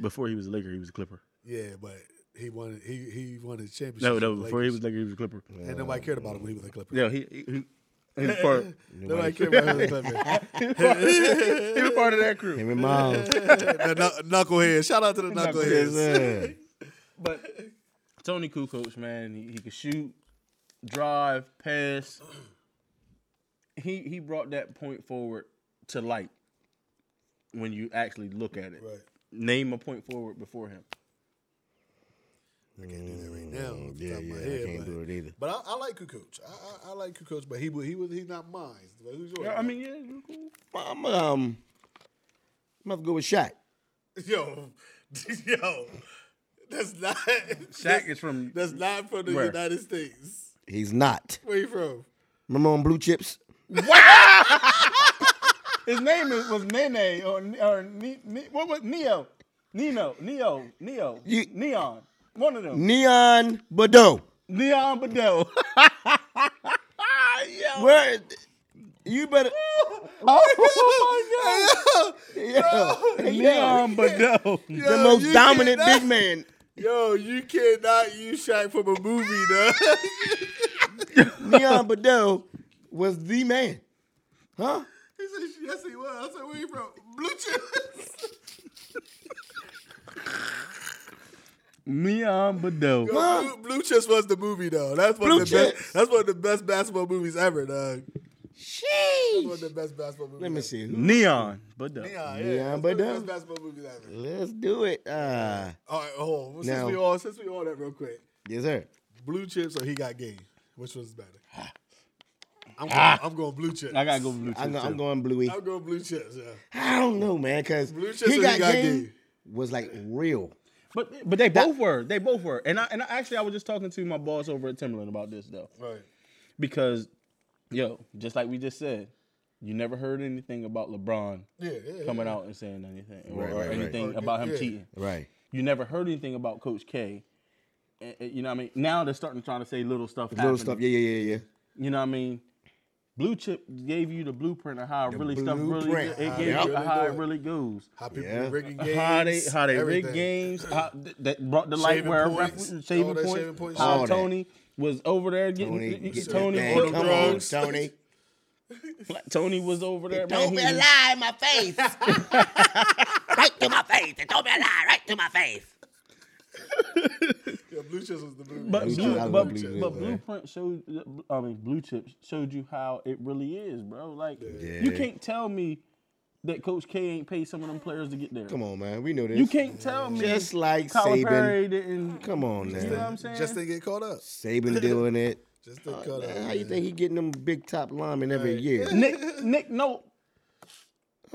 B: before he was a Laker, he was a Clipper.
A: Yeah, but he won he he won his championship.
B: No, no,
A: with the
B: before he
A: Lakers.
B: was Laker, he was a Clipper.
A: and nobody cared about him when he was a Clipper.
B: Yeah, he he, he, he was part
A: Nobody cared about him as a Clipper.
B: he was part- [LAUGHS] he was part of that crew.
C: Him and
A: [LAUGHS]
C: Miles.
A: the knuck- knucklehead. Shout out to the
B: Knuckleheads.
A: knuckleheads.
C: Yeah.
B: But Tony Kukoc, man, he, he could shoot, drive, pass. He he brought that point forward to light when you actually look at it.
A: Right.
B: Name a point forward before him.
A: I can't do that right now. off the
C: Mm, Yeah,
A: top of my
C: yeah,
A: head,
C: I can't
A: but,
C: do it either.
A: But I, I like Kukoc. I, I, I like Kukoc, but he was he was he's not mine. But who's yours?
B: I mean, yeah, you're cool.
C: I'm um, I'm about to go with Shaq.
A: [LAUGHS] yo, [LAUGHS] yo, that's not [LAUGHS]
B: Shaq is from
A: That's not from the
B: Where?
A: United States.
C: He's not.
A: Where you from?
C: Remember on Blue Chips?
B: his name is, was Nene or or ne, ne, what was Neo, Nino, Neo, Neo,
C: You-
B: Neon, one of them.
C: Neon Bordeaux.
B: Neon Bedell. [LAUGHS]
C: Where? You better.
B: oh
C: Yeah.
B: my
C: Hey,
B: God.
C: yo.
B: Neon Bedell.
C: The
A: Yo,
C: most
A: you
C: dominant
A: cannot-
C: big man.
A: Yo, you cannot use Shaq from a movie, though. [LAUGHS]
C: Neon Bordeaux was the man. Huh?
A: he said, yes, he was. I said, where you from? Blue Chips.
B: Neon Bedell.
C: Huh?
A: Blue, Blue Chips was the movie, though. That's one,
C: Blue
A: of the best,
C: Chips.
A: that's one of the best basketball movies ever, dog. One
C: Sheesh.
A: of the best basketball movies
C: Let me
A: ever.
C: see. Who-
B: Neon Bedell.
A: Yeah, yeah.
C: Yeah,
A: that's
C: but
A: one of the
C: them-
A: best basketball movies ever.
C: Let's do it. Uh,
A: All right, hold on. Since
C: Now-
A: we all since we all that real quick,
C: yes, sir.
A: Blue Chips or He Got Game, which one's better? I'm, going, I'm going Blue Chips.
B: I gotta go blue.
C: I'm,
B: too.
C: go- I'm going Bluey.
A: I'm going Blue Chips. Yeah.
C: I don't know, man, because
A: Blue Chips
C: he
A: or
C: got,
A: he got
C: game
A: game?
C: was like real.
B: But but they both were. They both were. And I and I, actually I was just talking to my boss over at Timberland about this though.
A: Right.
B: Because yo, just like we just said, you never heard anything about LeBron
A: Yeah. yeah
B: coming out and saying anything or,
C: Right,
B: or
C: right, right.
B: anything
A: Or,
B: about him
A: yeah.
B: cheating.
C: Right.
B: You never heard anything about Coach K. Eh, eh, You know what I mean? Now they're starting to try to say little stuff.
C: Little
B: happened.
C: stuff. Yeah, yeah, yeah, yeah.
B: You know what I mean? Blue chip gave you the blueprint of how really stuff really
A: blueprint,
B: it
A: how
B: gave
A: they
B: you
A: really
B: how
A: do
B: it
A: it.
B: really goes.
A: How people
C: Yeah.
A: rigging games.
B: how they how they
A: everything.
B: rigged games how, th- that brought the light
A: Shaving
B: where
A: points,
B: ref,
A: all
B: shaving
A: that
B: points.
A: shaving points,
B: how
C: all that.
B: Tony was over there getting
C: Tony,
B: Tony.
C: get
B: Tony,
C: that
A: on
C: thing.
A: the
C: Come on,
A: drugs.
C: Tony.
B: Tony was over there. man.
D: Don't
B: He
D: be
B: was-
D: a lie in my face. right to my face. They told me a lie right to my face.
A: [LAUGHS] Yeah, Blue Chips was the movie.
B: But,
C: Blue
B: blue,
C: Chip, I
B: but,
C: love
B: but
C: Blue Chip, man.
B: blueprint showed. I mean, blue chips showed you how it really is, bro. Like you
C: Yeah.
B: can't tell me that Coach K ain't paid some of them players to get there.
C: Come on, man. We know this.
B: You can't tell me
C: Just like
B: Tyler
C: Saban.
B: Perry didn't.
C: Come on,
B: You know what I'm
C: man.
B: saying?
A: just didn't get caught up.
C: Saban doing it. Uh,
A: Just didn't caught up.
C: How you
A: man.
C: think he getting them big top linemen every year?
B: Nick, Nick, no.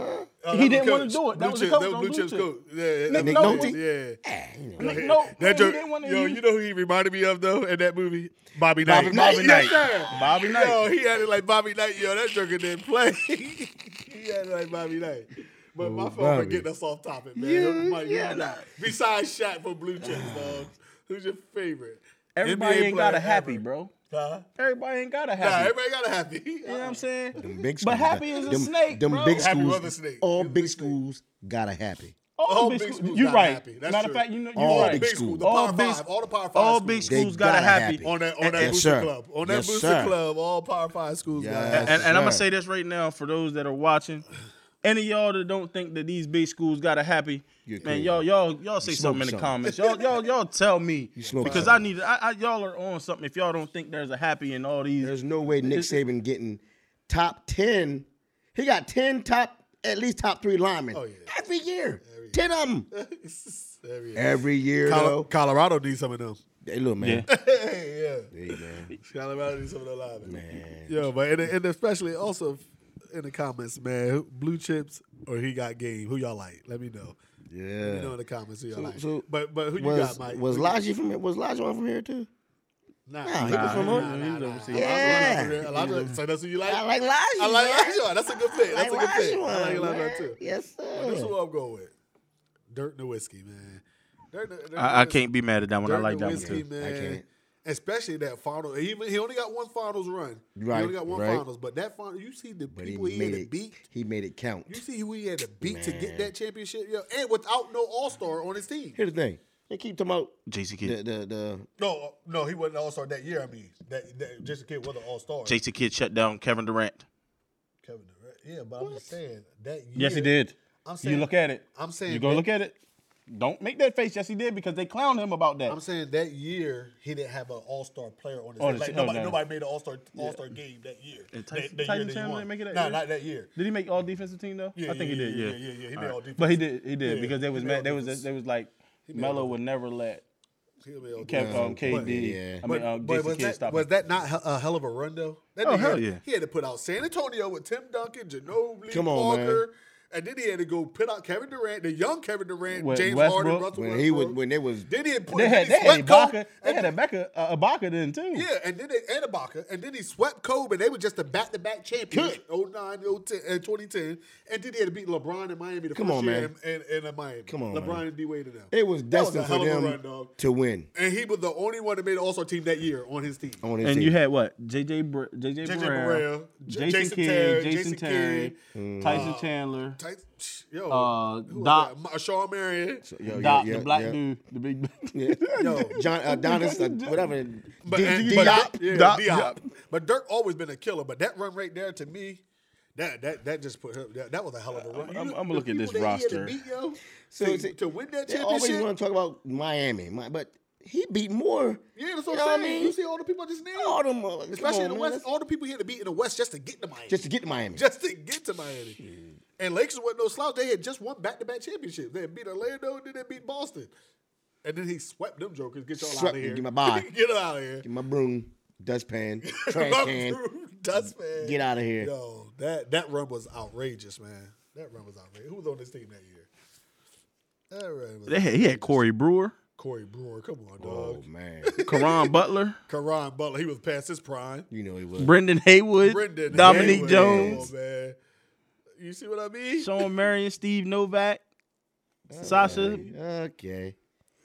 A: Oh,
B: he
A: that was
B: didn't wanna
A: Coach.
B: do it. That
A: Blue
B: was the
A: Chips,
B: coach
A: That
B: on
A: was Blue
B: Blue
A: Chips'
B: Chip.
A: coach. Yeah,
B: Nick
A: that was-
B: Nolte?
A: Yeah.
B: Nick, no,
A: That
B: man,
A: joke,
B: he didn't want to
A: yo,
B: use-
A: you know who he reminded me of though in that movie? Bobby Knight.
C: Bobby
A: Yes,
C: Knight.
A: sir.
B: Bobby Knight.
A: Yo, he had it like Bobby Knight. Yo, that joker didn't play. [LAUGHS] he had it like Bobby Knight. But my phone
C: Oh, Bobby.
A: for getting us off topic, man.
C: Yeah,
A: Who- Mike, who
C: yeah,
A: you got? Besides Shaq for Blue
C: [SIGHS]
A: Chips, dog. Who's your favorite?
B: Everybody
A: NBA
B: ain't got
A: player
B: a happy,
A: ever?
B: bro.
A: Huh?
B: Everybody ain't got a
A: Nah,
B: happy.
A: everybody got a happy.
B: you know what I'm saying?
C: Big
B: But
C: schools
B: happy
C: got-
B: is a
C: them,
B: snake,
C: Them
B: bro.
C: big
A: [LAUGHS] Happy
C: schools,
A: was a snake. He
C: all
A: was a
C: big
A: big snake.
C: schools got a happy.
B: All
A: All
B: big
A: big
B: schools.
A: schools
B: You're
A: got
B: right.
A: happy. That's
B: Matter of
A: true.
B: fact, you know you're
C: All
B: right.
C: big
A: Big school, the
B: All
A: power
B: big-
A: five, all the power five.
B: All
A: schools.
B: big
C: They
B: schools got a
C: gotta
B: happy.
C: happy.
A: on that on that
C: Yes,
A: booster
C: sir.
A: club. On that
C: Yes,
A: booster
C: sir.
A: club, all power five schools got
C: Yes.
A: a happy. [LAUGHS]
B: [LAUGHS] and, and I'm gonna
C: Sure.
B: say this right now for those that are watching. Any of y'all that don't think that these big schools got a happy,
C: You're
B: man,
C: crazy.
B: y'all, y'all, y'all say
C: smoking
B: something in the
C: something.
B: comments. Y'all, y'all, y'all tell me
C: smoking
B: because I need, I, I, y'all are on something. If y'all don't think there's a happy in all these,
C: There's no way Nick Saban getting top ten. He got ten top, at least top three linemen
A: Oh, yeah.
C: every year. Ten of them
A: There we go.
C: every year.
A: Colo-
C: though.
A: Colorado needs some of them. [LAUGHS]
C: Hey, look, man.
A: yeah.
C: Hey, man.
A: Colorado needs some of the live. Yo, but and, and especially also in the comments, man, who- blue chips or he got game. Who y'all like? Let me know. Let me know
C: Yeah.
A: in the comments who y'all like.
C: so
A: but but who you
C: Was
A: got, Mike?
C: was
A: Who you-
C: Laji from was Laji on from here too?
A: Nah,
C: Nah, he was from
B: Nah,
C: Hood.
B: he was overseas.
C: Yeah.
A: Elijah- Elijah- so that's who you like.
C: I like Laji.
A: I like
C: man.
A: Elijah. That's a good pick.
C: I
A: That's a good
C: like
A: pick.
C: Lajuan,
A: I like
C: man.
A: Elijah too.
C: Yes, sir.
A: This is who I'm going with. Dirt and the whiskey, man. Dirt and the- Dirt and
B: I, I
A: the
B: can't be mad at that one.
A: Dirt
B: I like
A: the
B: that one
A: whiskey,
B: too.
A: man.
C: I can't.
A: Especially that final. He, he only got one finals run.
C: Right,
A: He only got one
C: right.
A: finals. But that final, you see the
C: But he
A: people he, had
C: made
A: to
C: it.
A: beat.
C: He made it count.
A: You see who he had to beat to get that championship. Yo, and without no All Star on his team.
C: Here's the thing. They keep talking about
B: JC
C: the
B: Kidd,
C: the the
A: No, uh, no, he wasn't All Star that year. I mean, that, that Jason Kidd was an All Star.
B: JC Kidd shut down Kevin Durant.
A: Kevin Durant. Yeah, but I'm just saying that year.
B: Yes, he did.
A: I'm
B: you
A: saying-
B: look at it.
A: I'm saying
B: you go
A: that-
B: look at it. Don't make that face. Yes, he did because they clowned him about that.
A: I'm saying that year he didn't have an All Star player on his
B: On
A: team.
B: his
A: Like
B: team. Oh,
A: nobody,
B: no.
A: nobody made an All Star All Star game that year.
B: And
A: That- that
B: Tyson-
A: year
B: Tyson
A: they
B: Chandler
A: won.
B: didn't make it that
A: Nah,
B: year?
A: not that year.
B: Did he make all defensive team though?
A: Yeah,
B: I think
A: yeah,
B: he did.
A: yeah,
B: Yeah,
A: yeah, yeah, yeah. He made
B: Alright.
A: all
B: But he
A: defense.
B: did. He did
A: Yeah,
B: because they was
A: he made all
B: mad. They was
A: defense.
B: they was like Melo would never let
A: He made all
B: Kev, um, KD.
C: yeah.
B: I mean, um,
A: but
B: JC
A: was
B: Kidd
A: that,
B: stop.
A: was
B: him.
A: that not he- a hell of a run though? That
B: Oh,
A: nigga
B: hell
A: had-
B: yeah.
A: He had to put out San Antonio with Tim Duncan, Ginobili,
C: Come on, man.
A: Parker, and then he had to go put out Kevin Durant, the young Kevin Durant,
B: When
A: James Harden,
B: Westbrook-
A: Russell
C: when he was
A: Westbrook.
C: when they was
A: then he had put
B: They
A: then
B: had
A: he
B: they had
A: swept Kobe,
B: Ibaka. They
A: and
B: had Ibaka uh, Ibaka then too.
A: yeah, and then they and Ibaka, and then he swept Kobe, and they were just the back-to-back oh champions, 09, 010, and 2010, and then he had to beat LeBron in Miami the
C: Come
A: first
C: on,
A: year
C: man.
A: in, in, in uh, Miami.
C: Come on,
A: LeBron
C: man.
A: and D Wade and them.
C: it was
A: That was
C: destined
A: a
C: for
A: hell of a
C: them
A: run, dog.
C: to win
A: and he was the only one that made an All-Star team that year on his team.
C: on his
B: And
C: team.
B: you had what? JJ Br- JJ
A: JJ
B: Barrera,
A: Barrera, J-
B: Jason
A: Jason
B: Kidd,
A: Terry,
B: Jason
A: Jason
B: Terry, Tyson Chandler,
A: Tyson- Yo,
B: Uh,
A: who was
B: Doc.
A: that? Ma- Sean Marion.
C: Yo,
B: Doc,
C: yeah,
B: the black
C: [LAUGHS] yeah.
B: dude, the big.
A: [LAUGHS] Yo,
C: John Adonis, uh,
A: [LAUGHS]
C: whatever.
A: but,
C: D-
A: and-
C: D-
A: but
C: Diop.
A: Dirk- yeah,
B: Diop,
A: Diop. But Dirk always been a killer. But that run right there to me, that that that just put her. That, that was a hell
C: Uh,
A: of a run.
B: I'm-
A: You-
B: I'm
A: the
B: looking at this
A: people that he had to
B: roster.
A: beat, yo,
C: So
A: to,
C: it's-
A: to win that
C: They always
A: championship.
C: want to talk about Miami, my, but he beat more.
A: Yeah, that's
C: you
A: what
C: know
A: I'm
C: I
A: saying.
C: mean?
A: You see all the people I just named,
C: all them, uh, come
A: especially
C: on,
A: in the
C: man,
A: West.
C: that's-
A: All the people he had to beat in the West just to get to Miami.
C: just to get to Miami.
A: [LAUGHS] just to get to Miami. And Lakers wasn't no slouch. They had just won back to back championships. They had beat Orlando and then they beat Boston. And then he swept them jokers. Get y'all out
C: Swept
A: of
C: them.
A: here. [LAUGHS]
C: Get my bye.
A: get out of here.
C: get my broom,
A: [LAUGHS]
C: dustpan, trash
A: My
C: can.
A: crew, Dustpan.
C: Get out of here.
A: Yo, that, that run was outrageous, man. That run was outrageous. Who was on this team that year? All right,
B: [LAUGHS] They had, he had Corey Brewer,
A: Corey Brewer. Come on,
C: Oh
A: dog. [LAUGHS]
C: man,
B: Karan Butler,
A: Karan Butler. He was past his prime.
C: you know he was.
B: Brendan Haywood,
A: Brendan
B: Dominique
A: Hayward.
B: Jones,
A: Come on, man. You see what I mean?
B: Sean Marion, Steve Novak, Sasha,
C: Okay.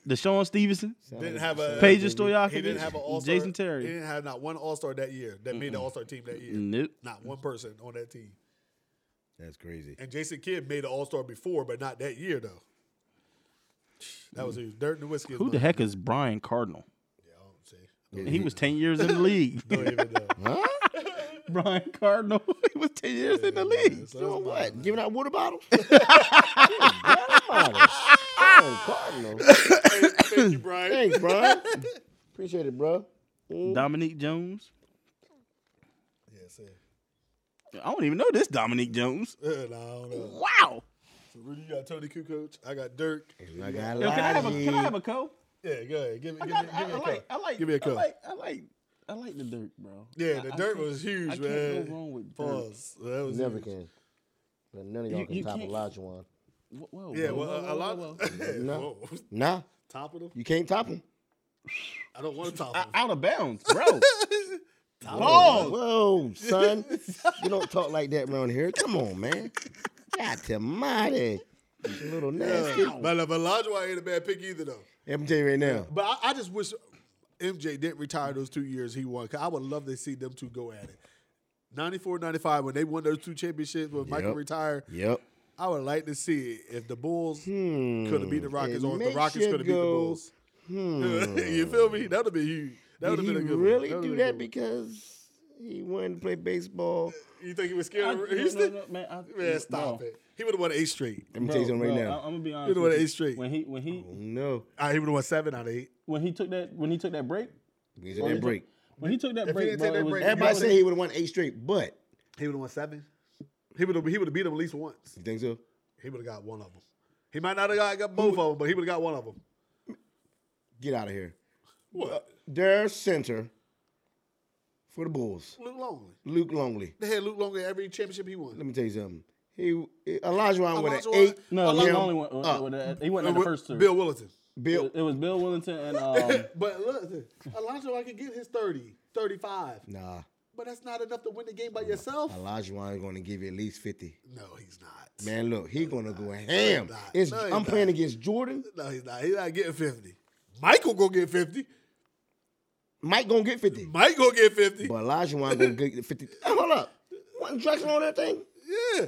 B: Deshaun Stevenson.
A: didn't have a
B: Paige Stojakovic,
A: He didn't have an all star.
B: Jason Terry.
A: He didn't have not one all star that year that made the all star team that year.
B: Nope.
A: Not one person on that team.
C: That's crazy.
A: And Jason Kidd made an all star before, but not that year though. That was his dirt and whiskey.
B: Mm. Who the heck is Brian Cardinal?
A: Yeah, I don't see.
B: He was ten years in [LAUGHS] the league.
A: Don't even know.
C: Huh?
B: Brian Cardinal. [LAUGHS] He was ten years in the league.
A: So
C: Doing
A: that's
C: what?
A: mine, man.
C: Giving out water bottles? Giving water bottles. Oh, Cardinal.
A: Thank
B: [LAUGHS]
A: you, Brian.
C: Thanks, bro. Appreciate it, bro.
B: Dominique Jones.
A: Yes, sir.
B: I don't even know this Dominique Jones.
A: Uh, nah, I don't know.
B: Wow.
A: So, Rudy, you got Tony Kukoc. I got Dirk.
C: I got
B: Yo, can I have a can I have a co?
A: Yeah, go ahead. Give me,
B: I,
A: give me,
B: got-
A: give me
B: I, I
A: a
B: like
A: cup.
B: I like
A: Give me a
B: I
A: cup.
B: like I like I like the dirt, bro.
A: Yeah,
B: I-
A: the
B: I
A: dirt
B: can't-
A: was huge,
B: I
A: man.
B: can't go wrong with dirt.
A: Pause. That was
C: Never
A: huge.
C: can. But none of y'all
B: You-
C: can
B: you
C: top
B: can't-
C: Olajuwon.
B: Whoa, whoa,
A: Yeah,
B: whoa,
A: well,
B: whoa,
A: a
B: whoa,
A: lot.
B: whoa.
A: [LAUGHS]
C: No.
A: Whoa.
C: Nah,
A: Top of them?
C: you can't top him.
A: I don't want to top
B: I-
A: [LAUGHS] them.
B: out of bounds, bro.
C: Whoa, whoa, son. you don't talk like that around here. Come on, man. God to mighty. Little nasty.
A: But uh, but Olajuwon ain't a bad pick either, though.
C: Let me tell you right now.
A: But I, I just wish MJ didn't retire those two years he won. Cause I would love to see them two go at it. 94, 95, when they won those two championships when Michael
C: Yep.
A: retired,
C: Yep.
A: I would like to see it if the Bulls
C: Hmm.
A: could have beat the Rockets
C: It
A: or if the
C: makes
A: Rockets
C: you
A: could have beat the
C: go,
A: Bulls. [LAUGHS] you feel me? That would be huge. That
C: Hmm. Did
A: would have
C: he
A: been a good
C: really
A: one. would've
C: do
A: been a
C: that
A: good
C: because he wanted to play baseball?
A: one. You think [LAUGHS] he was
B: I-
A: scared
B: no,
A: of
B: no,
A: Houston?
B: no, man, I-
A: Man, stop
B: no.
A: it. He would have won eight straight.
C: Let me tell you something right
B: bro,
C: now.
B: I, am gonna be
A: You
B: honest.
A: know
B: with
A: what,
B: you.
A: eight straight.
B: When he when he
C: no.
A: All right, he would have won seven out of eight.
B: when he took that when he took that break
C: We did that break.
B: when he took that
A: he
B: break,
A: didn't
B: bro,
A: take that
B: it was-
A: break,
C: Everybody
B: it
C: said he would have won eight straight, but
A: He would have won seven. He would have he would have beat him at least once.
C: you think so?
A: He would have got one of them. He might not have got, got both of them, but he would have got one of them.
C: Get out of here.
A: What?
C: Their center for the Bulls,
A: Luke Longley.
C: Luke Longley.
A: They had Luke Longley every championship he won.
C: Let me tell you something. He Olajuwon with an
A: Olajuwon-
C: eight.
B: no, he was
C: him
B: the only one.
C: up.
B: with that- he wasn't at the
A: With
B: first two.
A: Uh, Bill Willington.
C: Bill.
B: It was Bill Willington
A: [LAUGHS]
B: and um,
A: But listen, Alonzo, I could get his 30, 35,
C: Nah,
A: but that's not enough to win the game by yourself.
C: Olajuwon is going to give you at least fifty.
A: No, he's not.
C: Man, look, he going to go ham.
A: not.
C: It's,
A: No, he's
C: I'm playing
A: not.
C: against Jordan.
A: No, he's not. He's not getting 50. Michael gonna get 50.
C: Mike going to get fifty.
A: Mike gonna get 50.
C: But Olajuwon going to get 50. Hey, hold up. Wasn't Drexler on that thing?
A: yeah.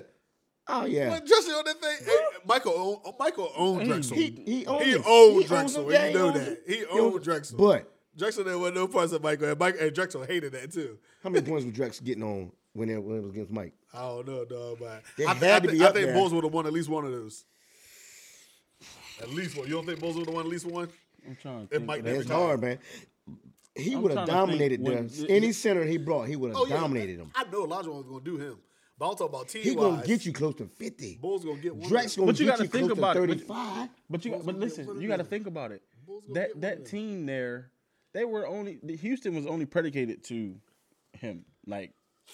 C: Oh, yeah. Mm,
A: But Justin on that thing, hey, Michael owned, oh, Michael owned Drexel.
C: He,
A: He,
C: he owned it.
A: owned
C: He owns
A: Drexel.
C: it. Yeah,
A: you know
C: owns
A: that.
C: it.
A: He
C: owns
A: owned
C: it.
A: Drexel.
C: But
A: Drexel there was no parts of Michael, and, Mike, and Drexel hated that too.
C: how many points was Drex getting on when it, when it was against Mike?
A: I don't know, dog, but
C: They
A: I,
C: had
A: thi- I,
C: to
A: thi-
C: be
A: I
C: up
A: think
C: there.
A: Bulls would have won at least one of those. At least one. You don't think Bulls would have won at least one?
B: I'm trying to
A: It
B: think.
A: might
C: That's
A: never
C: hard, man. He
B: I'm
C: would
B: trying
C: have
B: to think
C: dominated them.
B: when- y-
C: Any center he brought, he would have dominated them.
A: Oh, I know Elijah was gonna do him, but I'm talking about team
C: He
A: wise.
C: gonna get you close to fifty.
A: Bulls gonna get one.
C: Drex gonna
B: But you
C: get
B: gotta
C: you
B: think
C: close
B: about
C: to
B: it. But-
C: thirty-five.
B: But you, but listen, you got to think about it. That that team there, they were only the Houston was only predicated to him. Like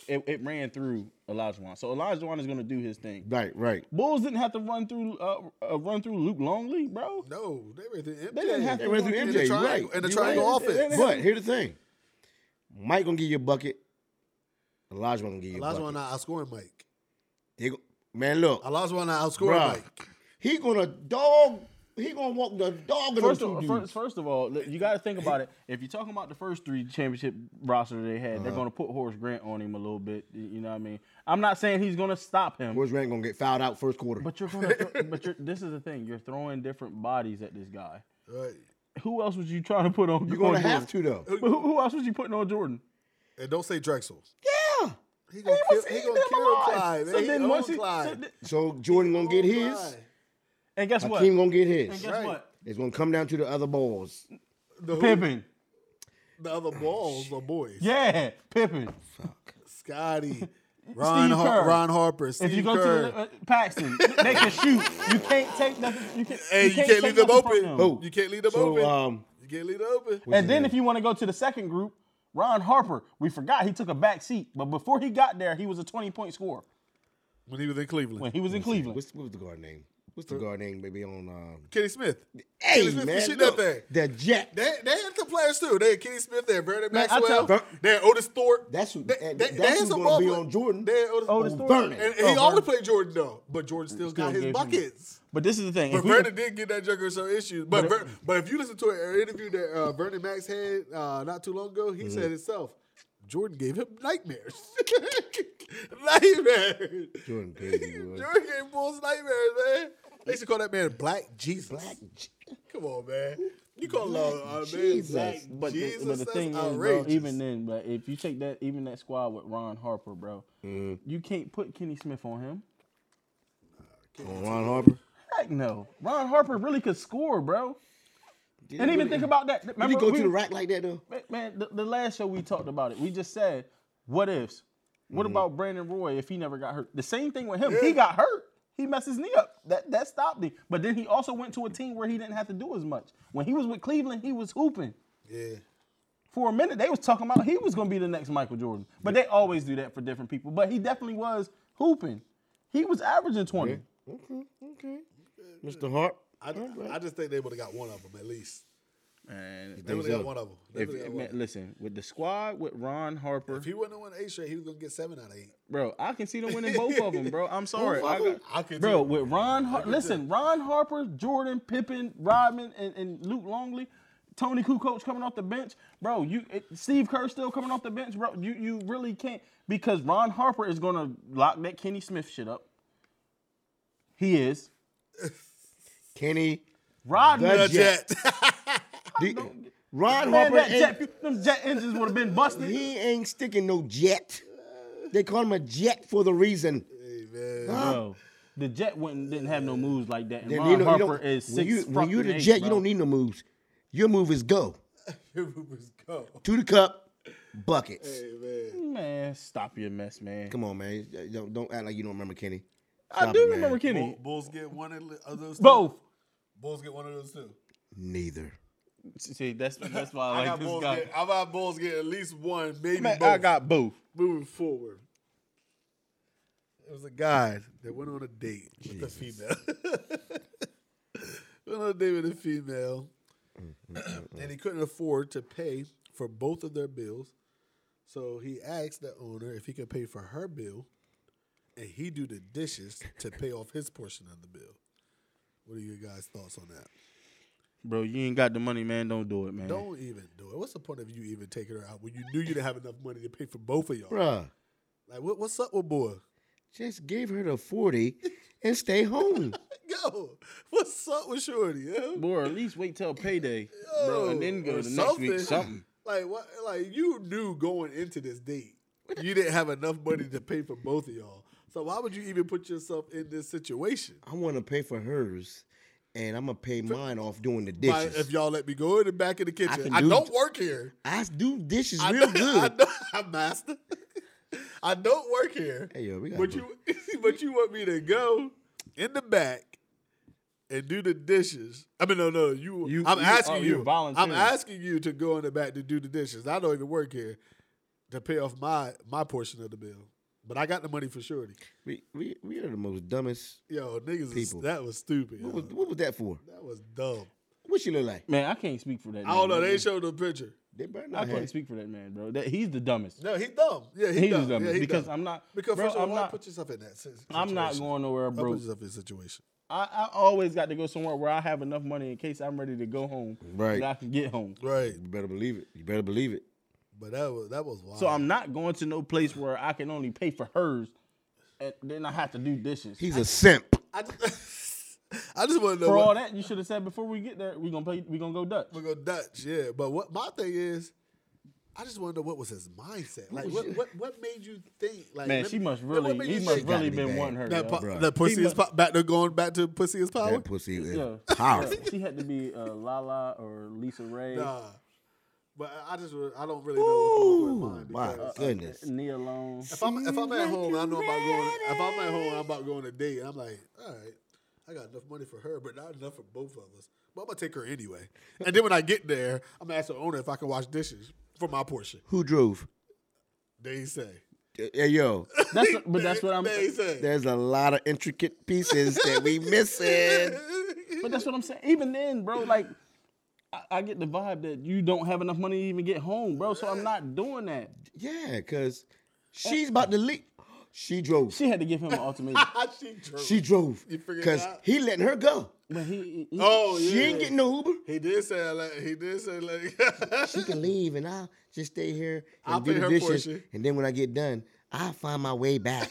B: it, it ran through Olajuwon, so Olajuwon is going to do his thing.
C: Right, right.
B: Bulls didn't have to run through uh, uh run through Luke Longley, bro.
A: No, they were the MJ.
B: They didn't have
C: They
B: to
C: ran
B: run
C: through
A: in
B: through.
A: the
C: MJ,
A: triangle,
C: right?
A: in the
C: You
A: triangle
B: right.
A: offense.
C: But here's the thing: Mike gonna give you a bucket. Elijah gonna give you a
A: Elijah
C: bucket.
A: not outscoring Mike.
C: They go- man, look,
A: Elijah not outscoring
C: bruh,
A: Mike.
C: he gonna dog. He gonna walk the dog in
B: First
C: them two
B: of,
C: dudes.
B: first, first of all, look, you got to think about it. If you're talking about the first three championship roster they had,
A: Uh-huh.
B: they're going to put Horace Grant on him a little bit. y- You know what I mean? I'm not saying he's going to stop him.
C: Where's Rand gonna get fouled out first quarter?
B: But you're gonna. Throw, but you're, this is the thing. You're throwing different bodies at this guy.
A: Right.
B: Who else was you trying to put on?
C: You're gonna
B: on
C: have
B: Jordan?
C: to though.
B: But who, who else was you putting on Jordan?
A: And don't say Drexel.
C: Yeah.
A: He gonna
B: He
A: kill,
B: was
A: he
B: eating
A: gonna
B: him
A: kill
B: alive.
A: Clyde.
B: So
A: man.
B: then
A: he
B: once
A: owned
B: he- so
A: Clyde.
B: th-
C: So Jordan gonna get his.
A: Clyde.
B: and guess what? And
C: Hakeem gonna get his.
B: guess
A: Right.
B: what?
C: It's gonna come down to the other balls.
A: The, who-
B: Pippin.
A: the other balls are boys.
B: Yeah, Pippin. [LAUGHS]
A: Scotty, Ron, Har-
B: Kerr.
A: Ron Harper, Steve
B: If you go
A: Kerr.
B: to uh, Paxton, they can shoot. You can't take nothing. You, can,
A: Hey, you can't
B: can't, take
A: leave them
B: nothing from
A: open.
C: Who?
A: You can't leave them
C: So
A: open.
B: uh,
C: um,
A: you can't leave them open.
B: And then if you want to go to the second group, Ron Harper. We forgot he took a back seat, but before he got there, he was a 20 point scorer
A: When he was in Cleveland.
B: when he was in Cleveland.
C: what's, what was the guard name?
A: What's
C: The
A: the
C: guard name, baby, on. Um,
A: Kenny Smith?
C: hey,
A: Smith,
C: man.
A: shit
C: look,
A: that thing.
C: The Jet.
A: They they had some players too. They had Kenny Smith, they had Vernon
B: I
A: Maxwell,
B: tell-
A: they had Otis Thorpe.
C: That's who.
A: They-
C: that-
A: they- they
C: that's
A: had
C: who's
A: some
C: going to be
A: ball
C: on Jordan.
A: They had Otis,
B: Otis
A: Otis
B: Thorpe.
C: Vernon.
A: And he always
B: Oh, Vernon.
A: played Jordan though, but Jordan still,
B: Still
A: got his
B: gave him-
A: buckets.
B: But this is the thing.
A: But
B: [LAUGHS] if we-
A: Vernon did get that Joker some issues. But Ver, but if you listen to an interview that uh, Vernon Max had uh, not too long ago, he said himself, Jordan gave him nightmares. [LAUGHS] nightmares.
C: Jordan crazy,
A: [LAUGHS] Jordan
C: boy.
A: gave Bulls nightmares, man. They used to call that man Black Jesus.
C: Black J-
A: Come on, man. You call a, a man
C: Jesus.
A: Black
B: But the,
A: Jesus?
B: but the thing
A: that's
B: is, bro,
A: outrageous.
B: even then, but if you take that, even that squad with Ron Harper, bro,
C: Mm-hmm.
B: you can't put Kenny Smith on him.
C: on Ron Harper.
B: Heck no. Ron Harper really could score, bro. and even think about that.
C: Did he
B: Remember,
C: go
B: we,
C: to the rack like that though?
B: man, man, the, the last show we talked about it. We just said, what ifs? What about Brandon Roy if he never got hurt? The same thing with him. He got hurt. He messed his knee up. That that stopped him. But then he also went to a team where he didn't have to do as much. When he was with Cleveland, he was hooping.
A: yeah.
B: For a minute, they was talking about he was gonna be the next Michael Jordan. But they always do that for different people. But he definitely was hooping. He was averaging 20.
C: Okay, okay. Mr. Hart.
A: I, I just think they would have got one of them at least.
B: Man,
A: They would have
C: so?
A: got one of them. They
B: if,
A: would've got one
B: man,
A: of 'em.
B: listen, with the squad with Ron Harper,
A: If he wouldn't have won eight straight, he was gonna get seven out of eight.
B: Bro, I can see them winning both of them, bro. I'm sorry.
C: [LAUGHS] Both of
B: I got-
C: 'em?
A: I could too.
B: bro, with Ron, Har- listen, Ron Harper, Jordan, Pippen, Rodman, and, and Luke Longley, Tony Kukoc coming off the bench, bro. You it, Steve Kerr still coming off the bench, bro. You you really can't because Ron Harper is gonna lock that Kenny Smith shit up. He is
C: Kenny.
B: Rodman.
C: The
A: Jet. [LAUGHS]
C: The- Ron
B: Man,
C: Harper.
B: that
C: ain't-
B: jet, them jet engines would have been
C: [LAUGHS]
B: busted.
C: He ain't sticking no jet. They call him a jet for the reason.
A: hey, man.
B: Bro, the jet wouldn't didn't have no moves like that. And
C: Then
B: Ron
C: you don't- you
B: Harper
C: don't-
B: is six.
C: When you, when you the
B: fucking eight,
C: jet, you
B: bro.
C: don't need no moves. Your move is go
A: Here we was go.
C: to the cup, buckets.
A: Hey, man.
B: Man, stop your mess, man.
C: Come on, man. Don't don't act like you don't remember Kenny.
B: I
C: Stop
B: do
C: it, man.
B: remember
A: Bull,
B: Kenny.
A: Bulls get one of li- of those. Two.
B: Both.
A: Bulls get one of those too.
C: Neither.
B: See, that's
A: [LAUGHS]
B: that's
A: I,
B: why I like
A: got
B: this
A: Bulls.
B: guy.
A: Get, I got Bulls get at least one, maybe
B: Man,
A: both.
B: I got both.
A: moving forward. It was a guy that went on a date with a female. [LAUGHS] went on a date with a female, and he couldn't afford to pay for both of their bills, so he asked the owner if he could pay for her bill, and he do the dishes to pay off his portion of the bill. What are your guys' thoughts on that?
B: Bro, you ain't got the money, man. Don't do it, man.
A: Don't even do it. What's the point of you even taking her out when you knew you didn't have enough money to pay for both of y'all?
C: Bruh,
A: Like, what, what's up with boy?
C: just give her the 40 and stay home.
A: Yo, what's up with Shorty? Yo?
B: Boy, or at least wait till payday, bro, and then
A: Yo,
B: go
A: or
B: the next week something.
A: [LAUGHS] Like what? Like you knew going into this date, you didn't have enough money to pay for both of y'all. So why would you even put yourself in this situation?
C: I want to pay for hers, and I'm going to pay mine off doing the
A: Why,
C: dishes.
A: if y'all let me go in the back of the kitchen,
C: can
A: I,
C: do-
A: don't work here.
C: I do dishes
A: [LAUGHS] I
C: real
A: don't- I
C: good.
A: don't, I'm master. [LAUGHS] I don't work here.
C: Hey, yo, we got
A: but you, [LAUGHS] but you want me to go in the back and do the dishes? I mean, no, no. You,
B: You-
A: I'm
B: you-
A: asking
B: oh,
A: you.
B: you're volunteering.
A: I'm asking you to go in the back to do the dishes. I don't even work here to pay off my my portion of the bill. But I got the money for surety.
C: we, we, we are the most dumbest.
A: Yo, niggas, is,
C: People.
A: that was stupid.
C: What
A: yo.
C: was, what was that for?
A: that was dumb.
C: What she look like?
B: Man, I can't speak for that.
A: I don't
B: man.
A: know. They showed the picture.
C: They better
B: I
C: not
B: can't
C: have.
B: speak for that man, bro. That he's the dumbest.
A: No, he's dumb. Yeah, he
B: He's
A: dumb.
B: the dumbest
A: Yeah, he
B: because
A: dumb.
B: I'm not.
A: Because
B: bro,
A: first of all,
B: I'm
A: why
B: not.
A: put yourself in that si- situation?
B: I'm not going nowhere,
A: Why
B: bro.
A: Put yourself in a situation.
B: I, I always got to go somewhere where I have enough money in case I'm ready to go home.
C: Right.
B: That I can get home.
A: Right,
C: You better believe it. You better believe it.
A: but that was that was wild.
B: So I'm not going to no place where I can only pay for hers, and then I have to do dishes.
C: He's a simp.
A: I just, [LAUGHS] I just want to know
B: For
A: what,
B: all that, you should have said before we get there, we gonna play. We gonna go Dutch.
A: we go Dutch, yeah. But what my thing is, I just want to know what was his mindset. Like
C: was
A: what
C: your-
A: what, what made you think? Like
B: Man,
A: let
B: she
A: me-
B: must
A: man,
B: really,
A: what made
B: he
A: you
B: must
A: think
B: really
C: gotta be
B: been
C: bad.
B: wanting her.
A: that,
B: yo.
A: po-
C: bruh.
A: that pussy
B: He
A: is po- back to going back to pussy is power.
C: That pussy is
B: Yeah.
C: powerful.
B: Bruh, she had to be uh, Lala or Lisa Ray,
A: Nah, but I- I just re- I don't really know what's going on in
C: my
A: mine because
C: goodness.
B: Nia Long.
A: if I'm if I'm at home, I know I'm about going. If I'm at home, I'm about going to date. And I'm like, all right, I got enough money for her, but not enough for both of us. But I'm gonna take her anyway. And then when I get there, I'm gonna ask the owner if I can wash dishes for my portion.
C: Who drove?
A: They say.
C: Hey, yo,
B: That's but that's what I'm.
A: They said.
C: there's a lot of intricate pieces that
A: [LAUGHS]
C: we missing.
B: But that's what I'm saying. Even then, bro, like I, I get the vibe that you don't have enough money to even get home, bro. So I'm not doing that.
C: Yeah,
A: Uh,
C: cause she's about to leave. She drove.
B: She had to give him an ultimatum.
A: she drove.
C: She drove.
A: You figured it
C: Cause
A: out?
C: he letting her go.
B: But he,
A: [LAUGHS]
B: he-
A: oh yeah.
C: She ain't getting no Uber.
A: he did say like he did say like [LAUGHS]
C: She can leave, and I'll just stay here and
A: I'll
C: do
A: pay
C: the
A: her
C: dishes.
A: portion.
C: And then when I get done, I'll find my way back.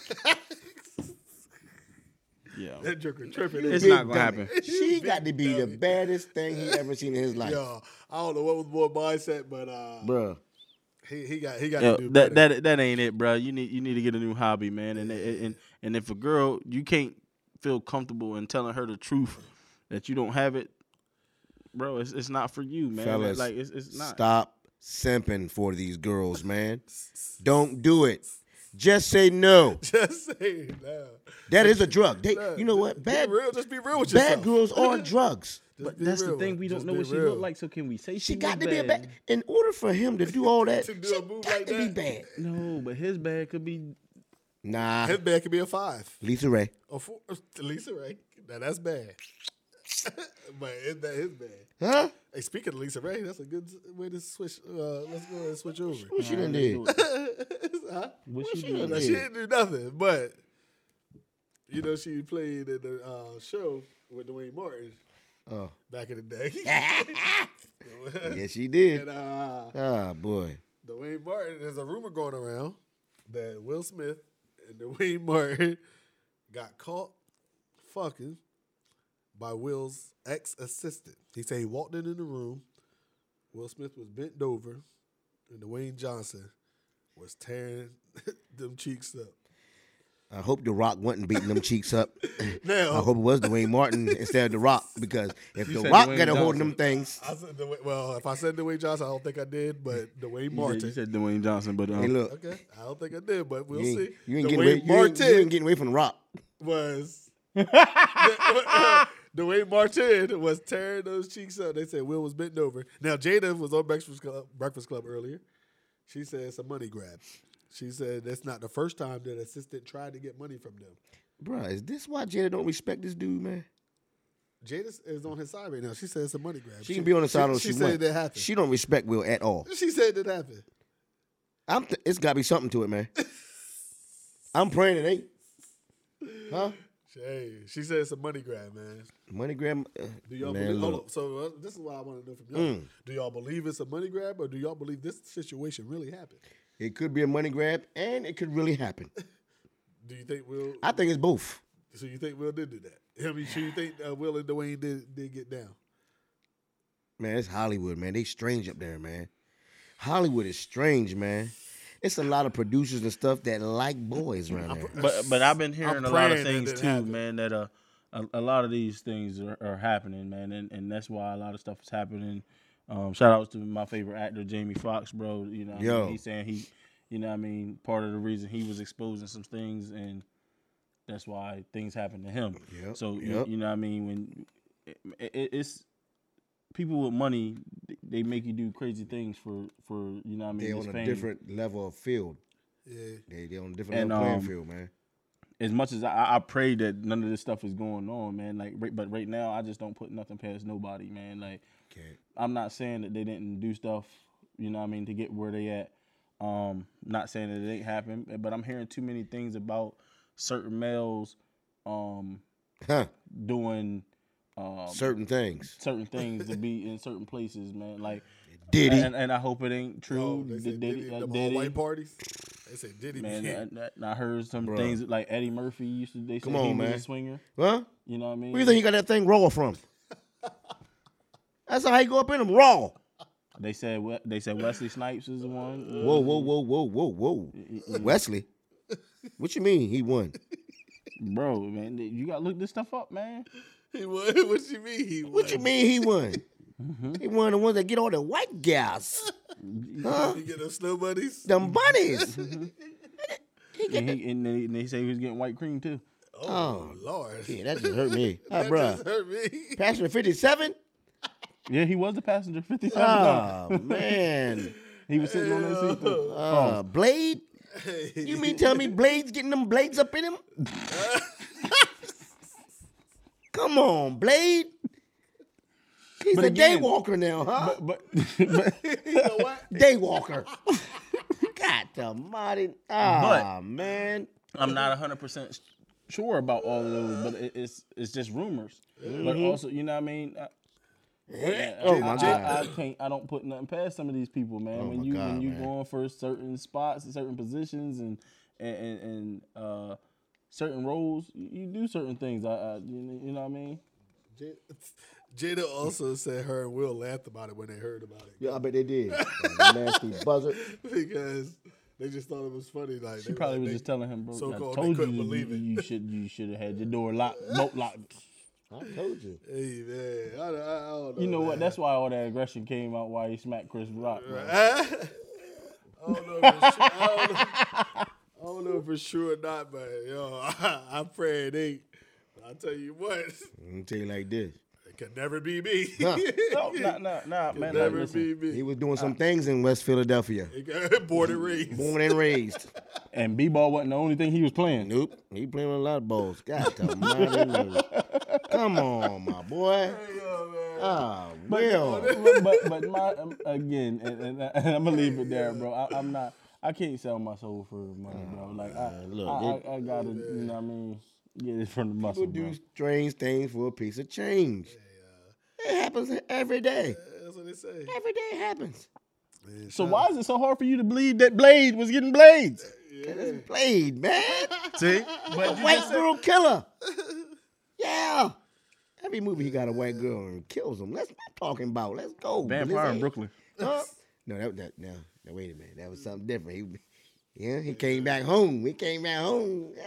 B: yeah.
A: that joker tripping.
B: It's
A: It's
B: not gonna happen.
C: she got to be the baddest thing he ever seen in his
A: [LAUGHS]
C: life,
A: Yo, I don't know what was more mindset, but uh,
C: Bruh.
A: he he got he got
B: Yo,
A: to do
B: that
A: better.
B: that that ain't it, bro. You need you need to get a new hobby, man. And and and if a girl you can't feel comfortable in telling her the truth that you don't have it, bro, it's it's not for you, man.
C: Fellas,
B: like it's it's not.
C: Stop simping for these girls, man. Don't do it. Just say no.
A: [LAUGHS] Just say it now.
C: That is a drug. They, you know what? Bad,
A: Be real. Just be real with yourself.
C: bad
A: [LAUGHS]
C: girls are drugs.
A: Just
B: But
A: be
B: that's
A: real.
B: the thing we don't
A: Just
B: know
A: be
B: what she
A: real.
B: look like. So can we say she,
C: She got
B: was
C: to be a
B: bad?
C: bad. In order for him to do all
A: [LAUGHS]
C: that,
A: To do
C: she
A: a move
C: got
A: like
C: to be
A: that?
C: bad.
B: No, but his bad could be
C: Nah,
A: His bad could be a five
C: Lisa Ray.
A: or four. [LAUGHS] Lisa Ray. Now that's bad. [LAUGHS] but is that his bad?
C: Huh?
A: Hey, speaking of Lisa Ray, that's a good way to switch. Uh, let's go ahead and switch over.
C: What she done
B: Let's
C: did?
B: do it.
A: [LAUGHS] huh?
B: What she
C: she
B: did?
A: Now, She didn't do nothing, but you know she played in the uh, show with Dwayne Martin
C: Oh,
A: back in the
C: [LAUGHS]
A: day. [LAUGHS]
C: yes, she did.
A: and uh,
C: Ah, boy.
A: Dwayne Martin, there's a rumor going around that Will Smith and [LAUGHS] Dwayne Martin got caught fucking by Will's ex assistant. He said he walked in in the room. Will Smith was bent over, and Dwayne Johnson was tearing [LAUGHS] them cheeks up.
C: I hope The Rock wasn't beating them cheeks
A: [LAUGHS]
C: up. I
A: Now,
C: hope it was Dwayne Martin instead of The Rock
B: [LAUGHS]
C: because if The
B: said
C: Rock
B: Dwayne
C: got a hold of
B: Johnson.
C: them things,
A: I said Dwayne, well, if I said Dwayne Johnson, I don't think I did,
C: [LAUGHS]
A: but Dwayne
B: You
A: Martin.
B: said, you said Dwayne Johnson, but um,
C: hey, look,
A: Okay, I don't think I did, but we'll
C: you ain't,
A: see.
C: you ain't
A: Dwayne
C: getting away. You ain't, you ain't getting away from The Rock. [LAUGHS]
A: was uh, the way Martin was tearing those cheeks up. They said Will was bent over. Now Jada was on Breakfast Club, Breakfast Club earlier. She said it's a money grab. She said that's not the first time that assistant tried to get money from them.
C: Bruh, is this why Jada don't respect this dude, man?
A: Jada is on his side right now. She said it's a money grab.
C: She can be on the side
A: She,
C: when
A: she,
C: she,
A: said
C: wants.
A: that happened. She,
C: She don't respect Will at all.
A: said that happened.
C: I'm th- it's got to be something to
A: [LAUGHS]
C: it, man. I'm praying it ain't. Huh?
A: Hey, she said it's a money grab, man.
C: Money grab. uh,
A: Do y'all
C: man,
A: believe? Hold
C: look. Mm.
A: up. So uh, this is what I want to know from y'all. Do y'all believe it's a money grab, or do y'all believe this situation really happened?
C: It could be a money grab, and it could really happen.
A: Do you think Will?
C: I think it's both.
A: So you think Will did do that? I mean, so you think uh, Will and Dwayne did did get down?
C: Man, it's Hollywood, man. They strange up there, man. Hollywood is strange, man. It's a lot of producers and stuff that like boys around there.
B: but but I've been hearing
A: I'm
B: a lot of
A: praying that
B: things
A: it
B: too,
A: happened.
B: man. That uh, a, a lot of these things are, are happening, man, and and that's why a lot of stuff is happening. Um, shout outs to my favorite actor, Jamie Foxx, bro. You know, what I mean?
C: Yo.
B: he's saying he, you know, what I mean, part of the reason he was exposing some things, and that's why things happened to him.
C: Yep,
B: So you-
C: yep.
B: you, know, what I mean, when it, it, it's people with money, they- they make you do crazy things for for you know, what I mean,
C: They're
B: this
C: on a
B: fame.
C: different level of field.
A: Yeah.
C: They they on a different
B: And,
C: level playing
B: um,
C: field, man.
B: as much as I, I pray that none of this stuff is going on, man. Like, right- but right now, I just don't put nothing past nobody, man. Like,
C: Okay.
B: I'm not saying that they didn't do stuff, you know what I mean, to get where they at. Um, not saying that it ain't happen, but I'm hearing too many things about certain males um
C: Huh.
B: doing um
C: Certain things.
B: certain things to be in certain places, man. Like
C: Diddy.
B: and, and I hope it ain't true.
A: Oh, they
B: Did-
A: said
B: did-
A: Diddy,
B: uh,
A: them all
B: Diddy.
A: white parties. They said Diddy.
B: Man,
A: Man,
B: and I, and I heard some
C: Bruh.
B: things like Eddie Murphy used to. They said
C: Come on,
B: he
C: man.
B: was a swinger.
C: Huh?
B: You know what I mean?
C: Where you think he got that thing raw from? That's how he go up in them raw.
B: They said we- they said Wesley Snipes is the one. uh,
C: Whoa, whoa, whoa, whoa, whoa, whoa. Wesley. What you mean he won?
B: Bro, man, you gotta look this stuff up, man.
A: he was. What you mean? He
C: What you mean he won? He won the ones that get all the white gals. Huh?
A: You get them snow buddies.
C: Them bunnies.
B: And, he, and, they, and they say he was getting white cream too.
A: Oh, Lord,
C: Yeah, that just hurt me. Ah,
A: that just
C: bruh.
A: hurt me. [LAUGHS]
C: Passion 57?
B: Yeah, he was the
C: Ah.
B: passenger fifty seven.
C: Oh, man.
B: Oh. He was sitting on that seat. Though.
C: Uh, Blade? You mean tell me Blade's getting them blades up in him? Come on, Blade. He's
B: But
C: a day
B: again-
C: walker now, huh?
B: But [LAUGHS] but
A: You know what?
C: Day [LAUGHS] walker. God almighty. Ah, man.
B: I'm not 100 percent sure about all of those, but it, it's it's just rumors. But
A: Mm-hmm.
B: also, you know what I mean. I, yeah,
C: Oh,
B: I-
C: my
B: I-
C: God. Oh
B: I, can't. I don't put nothing past some of these people, man. when
C: my
B: you
C: God,
B: when you
C: man.
B: going for certain spots and certain positions and and and, and uh, certain roles, you, you do certain things. I, I you, know, you know what I mean.
A: J- Jada also said her and Will laughed about it when they heard about it
C: Yeah, I bet they [LAUGHS] did. Nasty buzzard.
A: [LAUGHS] because they just thought it was funny. Like
B: She probably was just telling him, bro.
A: so-called
B: I
A: they
B: told you
A: couldn't
B: you,
A: believe
B: you,
A: it."
B: you should you should have had your door locked, bolt locked.
C: I told you.
A: Hey man, I, don't- I don't know.
B: You know
A: man.
B: what? That's why all that aggression came out. Why he smacked Chris Rock. bro.
A: I don't know for sure. I don't know, I don't know for sure or not, but yo, I, I pray it ain't. I tell you what, it
C: I'm tell you like this.
A: could never be me. [LAUGHS]
C: Huh.
B: No, nah, nah, nah, man. Like,
A: never
B: listen,
A: be
C: He
A: me.
C: was doing some things in West Philadelphia.
A: [LAUGHS] It could- Born and raised.
C: Born and raised.
B: and b-ball wasn't the only thing he was playing.
C: Nope. He playing with a lot of balls. God almighty. [LAUGHS] man. Come on, my boy.
A: Yo, man.
C: Ah, well.
B: but, but- but my um, again, and, and, and I'm gonna leave it there, bro. I, I'm not. I can't sell my soul for money, bro. Like I,
C: man, look,
B: I,
C: it-
B: I, I gotta, you know what I mean. Get it from the muscle,
C: People
B: bro.
C: do strange things for a piece of change. It happens every day.
A: That's what they say.
C: Every day it happens.
B: So why is it so hard for you to believe that Blade was getting blades?
C: It's
A: [LAUGHS]
C: Blade, man.
B: See,
C: A
B: but you
C: white
B: just,
C: girl killer. Yeah. Every movie he got a white girl and kills him. That's what I'm talking about. Let's go.
B: vampire in
C: Let's-
B: Brooklyn. [LAUGHS]
C: Huh? No, that, that no, no. Wait a minute. That was something different. He, yeah, he came back home. He came back home. Yeah.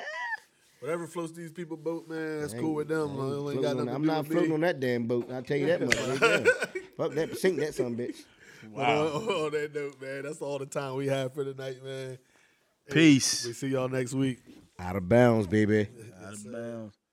A: Whatever floats these people boat, man, that's
C: I
A: cool
C: ain't-
A: with them.
C: I
A: I
C: ain't
A: ain't
C: floating
A: got nothing
C: on-
A: to
C: I'm
A: do
C: not
A: with
C: floating
A: me.
C: on that damn boat. I'll tell you that much. right there.
A: [LAUGHS]
C: Fuck that. Sink that son of a bitch.
A: But on, on that note, man, that's all the time we have for tonight, man.
B: Peace.
A: We see y'all next week.
C: Out of bounds, baby.
B: Out of bounds.